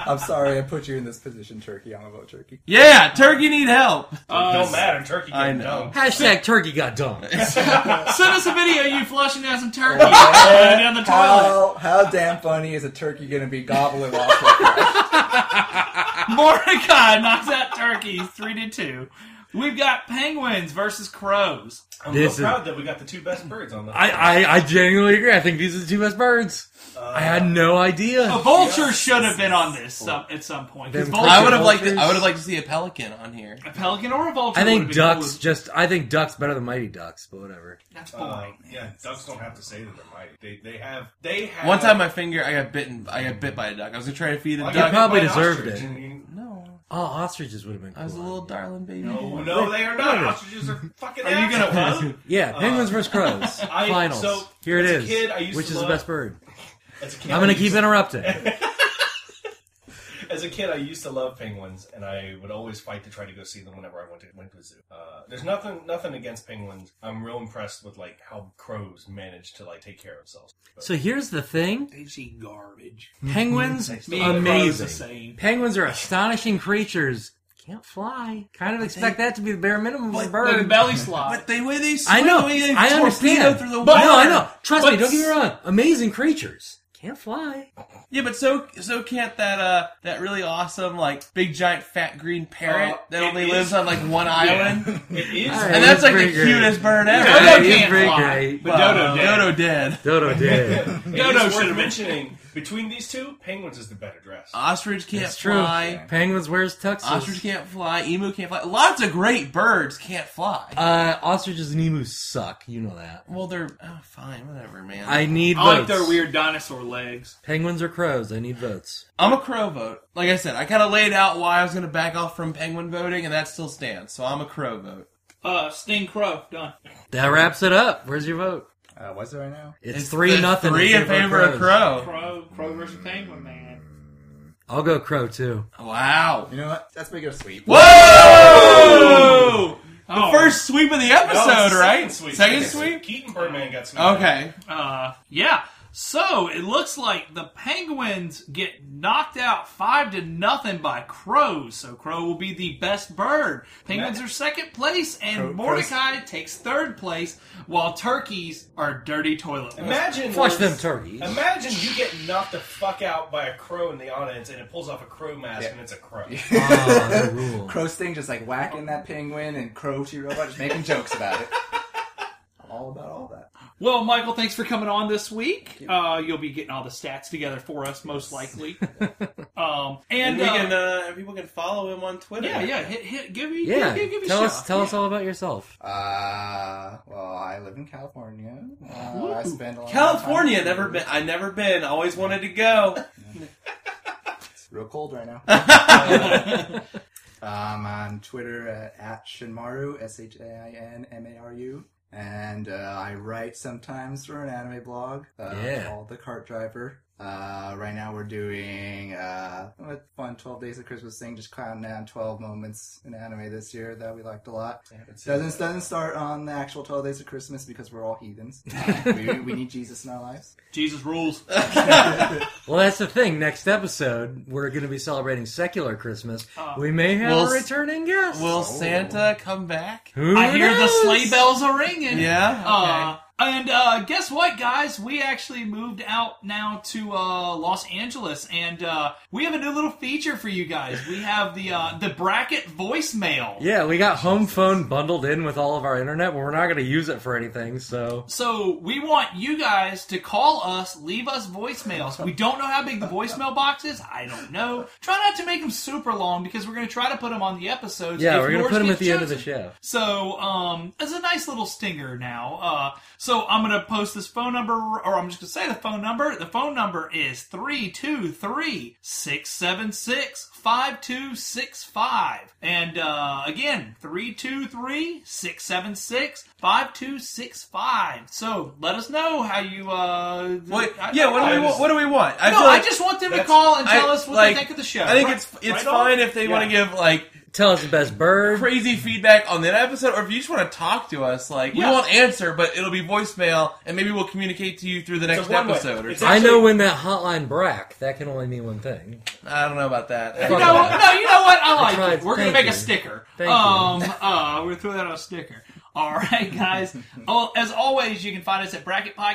Speaker 5: I'm sorry I put you in this position, Turkey. I'm gonna vote Turkey.
Speaker 3: yeah, Turkey need help.
Speaker 4: Uh,
Speaker 2: don't matter. Turkey
Speaker 3: I
Speaker 2: getting
Speaker 3: know.
Speaker 2: dumped.
Speaker 1: Hashtag turkey got dumped.
Speaker 4: Send us a video of you flushing down some turkey uh, down the toilet.
Speaker 5: How how damn funny is a turkey gonna be gobbling waffle?
Speaker 4: Mordecai knocks out turkeys three to two. We've got penguins versus crows.
Speaker 2: I'm
Speaker 1: This
Speaker 2: real
Speaker 1: is-
Speaker 2: proud that we got the two best birds on the.
Speaker 1: I, I, I genuinely agree. I think these are the two best birds.
Speaker 3: Uh,
Speaker 1: I had no
Speaker 4: A
Speaker 3: Oh,
Speaker 1: idea.
Speaker 4: vulture should have been on this some, at some point. 'cause
Speaker 1: Them
Speaker 4: vulture-
Speaker 3: I would have
Speaker 1: vultures.
Speaker 3: liked. To, I would have liked to see a pelican on here.
Speaker 4: a pelican or a vulture.
Speaker 1: I think
Speaker 4: would have been
Speaker 1: ducks
Speaker 4: cool.
Speaker 1: just. I think ducks better than mighty ducks, but whatever.
Speaker 4: That's
Speaker 2: Uh,
Speaker 4: boring.
Speaker 2: yeah, ducks don't have to say that they're mighty. They they have they have.
Speaker 3: One time, my finger. I got bitten. I got bit by a duck. I was gonna try to feed a
Speaker 2: I got
Speaker 3: duck.
Speaker 1: probably
Speaker 2: bit by an
Speaker 1: deserved
Speaker 2: ostrich.
Speaker 1: it.
Speaker 2: And-
Speaker 3: no,
Speaker 1: Oh, ostriches would have been. Cool.
Speaker 3: I was a little darling baby.
Speaker 2: No, no, they are not. Ostriches are fucking. Are
Speaker 4: you gonna
Speaker 2: vote?
Speaker 1: Yeah, penguins versus crows.
Speaker 2: I-
Speaker 1: Finals.
Speaker 2: so,
Speaker 1: Here it
Speaker 2: as a
Speaker 1: is.
Speaker 2: kid, I used
Speaker 1: Which
Speaker 2: to
Speaker 1: is
Speaker 2: love-
Speaker 1: the best bird?
Speaker 2: As a kid,
Speaker 1: I'm gonna
Speaker 2: I used-
Speaker 1: keep interrupting.
Speaker 2: As a kid, I used to love penguins, and I would always fight to try to go see them whenever I went to went to the zoo. Uh, there's nothing nothing against penguins. I'm real impressed with like how crows manage to like take care of themselves. But
Speaker 1: So here's the thing:
Speaker 4: They see garbage.
Speaker 1: penguins,
Speaker 4: Me and crows the
Speaker 1: amazing.
Speaker 4: same.
Speaker 1: Penguins are astonishing creatures. Can't fly. Kind of expect that to be the bare minimum of a
Speaker 4: Like a
Speaker 1: bird.
Speaker 4: belly slide.
Speaker 3: But the way they swim,
Speaker 1: I know.
Speaker 3: the way they
Speaker 1: I
Speaker 3: torpedo
Speaker 1: understand.
Speaker 3: through the
Speaker 1: But-
Speaker 3: water.
Speaker 1: no, I know. Trust me.
Speaker 4: But-
Speaker 1: Don't get me wrong. Amazing creatures can't fly.
Speaker 3: Yeah, but so so can't that uh that really awesome like big giant fat green parrot
Speaker 2: Uh,
Speaker 3: that
Speaker 2: it
Speaker 3: only
Speaker 2: is-
Speaker 3: lives on like one island,
Speaker 2: it is.
Speaker 1: All right.
Speaker 3: and that's like the
Speaker 1: Pretty great.
Speaker 3: cutest bird ever.
Speaker 4: Dodo
Speaker 1: Yeah, he's
Speaker 4: can't
Speaker 1: pretty
Speaker 4: fly.
Speaker 1: great.
Speaker 4: But Dodo did.
Speaker 3: Dodo dead.
Speaker 1: Dodo did.
Speaker 2: It
Speaker 4: No, no,
Speaker 2: is
Speaker 4: should've
Speaker 2: worth
Speaker 4: been.
Speaker 2: mentioning between these two, penguins is the better dress.
Speaker 3: Ostrich can't
Speaker 1: It's true.
Speaker 3: fly.
Speaker 1: Penguins wears tuxes.
Speaker 3: Ostrich can't fly. Emu can't fly. Lots of great birds can't fly.
Speaker 1: Uh, ostriches and emus suck. You know that.
Speaker 3: well, they're oh, fine, whatever, man.
Speaker 1: I need
Speaker 4: I like
Speaker 1: votes.
Speaker 4: their weird dinosaur legs.
Speaker 1: Penguins or crows? I need votes.
Speaker 3: I'm a crow vote. Like I said, I kind of laid out why I was going to back off from penguin voting, and that still stands. So I'm a crow vote.
Speaker 4: Uh, Sting Crow, done.
Speaker 1: That wraps it up. Where's your vote?
Speaker 5: uh, what's it right now?
Speaker 1: It's,
Speaker 3: It's
Speaker 1: three
Speaker 3: the
Speaker 1: nothing.
Speaker 3: Three in favor of
Speaker 1: crows.
Speaker 3: crow.
Speaker 4: Crow, Crow versus Penguin Man.
Speaker 1: I'll go crow too.
Speaker 3: Wow.
Speaker 5: You know what? Let's make it a sweep.
Speaker 3: Whoa!
Speaker 4: Oh,
Speaker 3: First sweep of the
Speaker 2: No,
Speaker 3: episode,
Speaker 2: it's the
Speaker 3: right?
Speaker 2: Oh, Sweep.
Speaker 3: Second
Speaker 2: Yes.
Speaker 3: sweep?
Speaker 2: Keaton Birdman got sweet.
Speaker 3: Okay.
Speaker 4: Uh, yeah. So it looks like the Penguins get knocked out five to nothing by Crows. So Crow will be the best bird. Penguins are second place, and
Speaker 5: Crow-
Speaker 4: Mordecai takes third place, while turkeys are dirty toilet. rolls.
Speaker 2: Imagine
Speaker 1: Flush them
Speaker 2: if-
Speaker 1: turkeys.
Speaker 2: Imagine you get knocked the fuck out by a crow in the audience, and it pulls off a crow mask, and it's a crow.
Speaker 1: Ah, the rule.
Speaker 5: Crow Sting just like whacking that penguin and Crow T Robot just making jokes about it. I'm all about all that.
Speaker 4: Well, Michael, thanks for coming on this week. Uh, you'll be getting all the stats together for us, most likely. um, and
Speaker 3: And we
Speaker 4: uh,
Speaker 3: can, uh, people can follow him on Twitter.
Speaker 4: yeah, yeah, hit, hit, give me,
Speaker 1: Yeah.
Speaker 4: give, give me a
Speaker 1: tell
Speaker 4: shout.
Speaker 1: us. Tell us all about yourself.
Speaker 5: Uh, well, I live in California. Uh, I spend a lot of my time-
Speaker 3: California, never been. I never been. Always wanted to go.
Speaker 5: real cold right now. um, on Twitter at, at Shinmaru, S H A I N M A R U. And uh, I write sometimes for an anime blog uh,
Speaker 1: Yeah.
Speaker 5: called The Cart Driver. Uh, right now we're doing uh, a fun 12 Days of Christmas thing, just counting down 12 moments in anime this year that we liked a lot. Doesn't, doesn't start on the actual 12 Days of Christmas because we're all heathens. we, we need Jesus in our lives.
Speaker 4: Jesus rules.
Speaker 1: Well, that's the thing. Next episode, we're going to be celebrating secular Christmas.
Speaker 4: Uh,
Speaker 1: we may have
Speaker 3: We'll
Speaker 1: a
Speaker 3: s-
Speaker 1: returning guest.
Speaker 3: Will Santa come back?
Speaker 1: Oh. Who
Speaker 4: I hear the
Speaker 1: knows?
Speaker 4: sleigh bells are ringing.
Speaker 3: Yeah,
Speaker 4: Uh, and uh, guess what, guys? We actually moved out now to uh, Los Angeles, and uh, we have a new little feature for you guys. We have the uh, the bracket voicemail.
Speaker 1: Yeah, we got home phone bundled in with all of our internet, but we're not going to use it for anything. So
Speaker 4: So we want you guys to call us, leave us voicemails. We don't know how big the voicemail box is. I don't know. Try not to make them super long because we're going to try to put them on the episodes.
Speaker 1: yeah,
Speaker 4: if
Speaker 1: we're going to
Speaker 4: yours
Speaker 1: put them
Speaker 4: gets
Speaker 1: at the end of the
Speaker 4: chosen.
Speaker 1: show.
Speaker 4: So, um, as a nice little stinger now. Uh, so I'm gonna post this phone number, or I'm just gonna say the phone number. The phone number is three two three six seven six five two six five, and uh, again three two three six seven six five two six five. So let us know how you. Uh,
Speaker 3: Wait,
Speaker 4: I-
Speaker 3: yeah. What do
Speaker 4: I
Speaker 3: we want?
Speaker 4: just-
Speaker 3: What do we want? I
Speaker 4: no,
Speaker 3: feel like-
Speaker 4: I just want them to
Speaker 2: that's-
Speaker 4: call and tell
Speaker 3: I-
Speaker 4: us what
Speaker 3: like,
Speaker 4: they think of the show.
Speaker 3: I think it's it's
Speaker 2: right on.
Speaker 3: fine if they want to give like
Speaker 1: Tell us the best bird.
Speaker 3: crazy feedback on that episode, or if you just want to talk to us, like
Speaker 4: Yeah.
Speaker 3: we won't answer, but it'll be voicemail, and maybe we'll communicate to you through the next
Speaker 2: a one-way.
Speaker 3: episode. Or
Speaker 2: It's
Speaker 3: something.
Speaker 1: I know
Speaker 2: actually-
Speaker 1: when that hotline brack. That can only mean one thing.
Speaker 3: I don't know about that.
Speaker 4: You know, no, you know what? I like
Speaker 1: tried.
Speaker 4: it. We're going to
Speaker 1: Thank
Speaker 4: make a
Speaker 1: you.
Speaker 4: sticker.
Speaker 1: Thank you.
Speaker 4: um, uh, we're going to throw that on a sticker. All right, guys. Oh, as always, you can find us at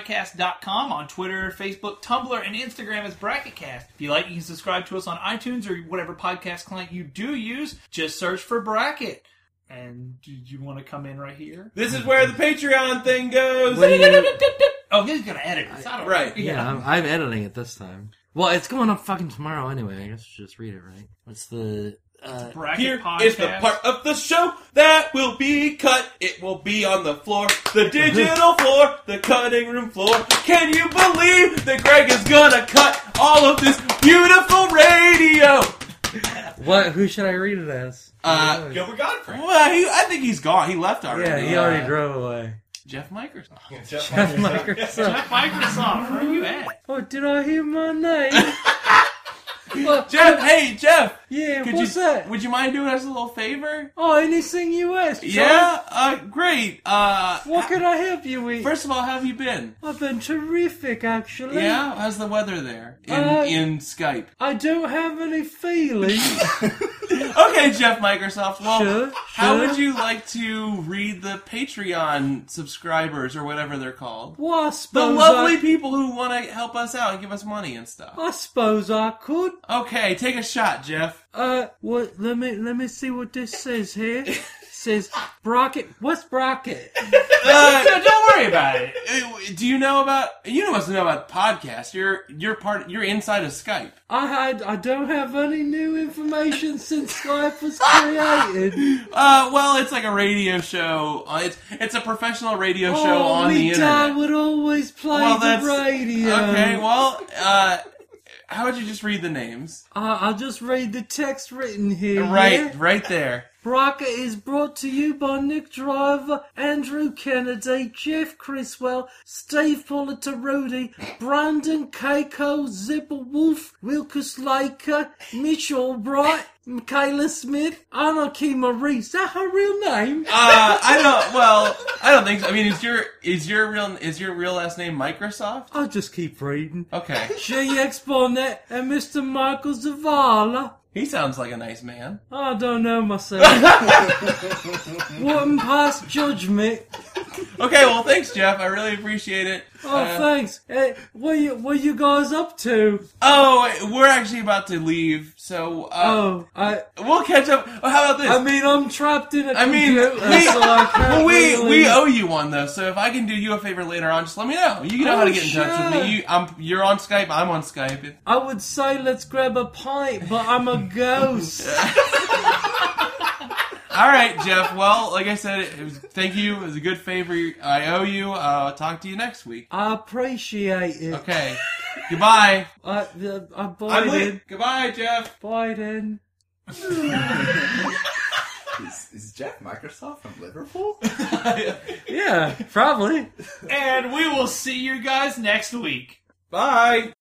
Speaker 4: bracketpodcast.com on Twitter, Facebook, Tumblr, and Instagram as Bracketcast. If you like, you can subscribe to us on iTunes or whatever podcast client you do use. Just search for Bracket. And do you want to come in right here?
Speaker 3: This is where the Patreon thing goes.
Speaker 1: What do you-
Speaker 4: Oh, he's going to edit us. I don't know.
Speaker 3: Right.
Speaker 1: Yeah, I'm, I'm editing it this time. Well, it's going up fucking tomorrow anyway. I guess you just read it, right? What's the uh,
Speaker 4: Bracket
Speaker 3: Here
Speaker 4: podcast.
Speaker 3: is the part of the show that will be cut. It will be on the floor, the digital floor, the cutting room floor. Can you believe that Greg is gonna cut all of this beautiful radio?
Speaker 1: what? Who should I read it as?
Speaker 3: Uh,
Speaker 2: Gilbert Godfrey.
Speaker 3: Well, he, I think he's gone. He left
Speaker 1: yeah,
Speaker 3: already. Uh,
Speaker 1: he already drove away.
Speaker 3: Jeff Mikers.
Speaker 2: Jeff
Speaker 1: Microsoft.
Speaker 4: Microsoft, where are you at?
Speaker 1: Oh, did I hear my name?
Speaker 3: Jeff, hey Jeff,
Speaker 1: Yeah,
Speaker 3: could
Speaker 1: what's
Speaker 3: you
Speaker 1: that?
Speaker 3: would you mind doing us a little favor?
Speaker 1: Oh, anything you ask. son.
Speaker 3: Yeah, uh, great. Uh,
Speaker 1: What can I help you with?
Speaker 3: first of all, how have you been?
Speaker 1: I've been terrific, actually.
Speaker 3: Yeah, how's the weather there in
Speaker 1: Uh,
Speaker 3: in Skype?
Speaker 1: I don't have any feelings.
Speaker 3: Okay, Jeff Microsoft. Well,
Speaker 1: Sure,
Speaker 3: how
Speaker 1: sure.
Speaker 3: would you like to read the Patreon subscribers or whatever they're called?
Speaker 1: well, I
Speaker 3: The
Speaker 1: suppose
Speaker 3: lovely
Speaker 1: I,
Speaker 3: people who want to help us out and give us money and stuff.
Speaker 1: I suppose I could.
Speaker 3: Okay, take a shot, Jeff.
Speaker 1: Uh, what? Let me let me see what this says here. It says bracket. What's bracket?
Speaker 3: Uh,
Speaker 4: No, don't worry about it.
Speaker 3: Uh, Do you know about? You must know about podcasts. You're you're part. You're inside of Skype.
Speaker 1: I had. I don't have any new information since Skype was created.
Speaker 3: Uh, well, it's like a radio show. Uh, it's it's a professional radio show
Speaker 1: oh,
Speaker 3: on the
Speaker 1: me dad
Speaker 3: internet.
Speaker 1: would always play
Speaker 3: Well,
Speaker 1: the
Speaker 3: that's-
Speaker 1: radio.
Speaker 3: Okay. Well, uh, how would you just read the names?
Speaker 1: I, I'll just read the text written here.
Speaker 3: Right,
Speaker 1: yeah?
Speaker 3: right there.
Speaker 1: Bracket is brought to you by Nick Driver, Andrew Kennedy, Jeff Criswell, Steve Politarudi, Brandon Keiko, Zipper Wolf, Wilkus Laker, Mitch Albright, Michaela Smith, Anarchy Marie. Is that her real name?
Speaker 3: Uh, I don't. Well, I don't think. So. I mean, is your is your real is your real last name Microsoft?
Speaker 1: I'll just keep reading.
Speaker 3: Okay,
Speaker 1: GX Bonnet and Mr. Michael Zavala.
Speaker 3: he sounds like a nice man.
Speaker 1: I don't know myself. Wouldn't pass judgment.
Speaker 3: Okay. Well, thanks, Jeff. I really appreciate it. Uh,
Speaker 1: Oh, thanks. Eh, what you what you guys up to?
Speaker 3: Oh, we're actually about to leave, so uh,
Speaker 1: Oh, I
Speaker 3: we'll catch up. Oh, how about this?
Speaker 1: I mean I'm trapped in a
Speaker 3: I mean,
Speaker 1: computer,
Speaker 3: we,
Speaker 1: so I can't
Speaker 3: well, we,
Speaker 1: really-
Speaker 3: we owe you one though. So if I can do you a favor later on, just let me know. You know how to
Speaker 1: Oh,
Speaker 3: get in touch
Speaker 1: sure.
Speaker 3: with me. You, I'm, you're on Skype. I'm on Skype. It-
Speaker 1: I would say let's grab a pint, but I'm a ghost.
Speaker 3: all right, Jeff. Well, like I said, it was, thank you. It was a good favor I owe you. Uh, talk to you next week.
Speaker 1: I appreciate it.
Speaker 3: Okay. Goodbye.
Speaker 1: Uh, the- I'm
Speaker 2: I'm
Speaker 1: blighted.
Speaker 2: late. Goodbye, Jeff.
Speaker 1: Blighted.
Speaker 5: Is, is Jeff Microsoft from Liverpool?
Speaker 1: Yeah, probably.
Speaker 4: And we will see you guys next week.
Speaker 2: Bye.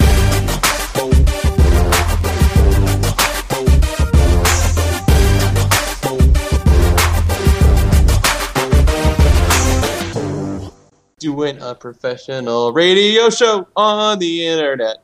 Speaker 7: doing a professional radio show on the internet.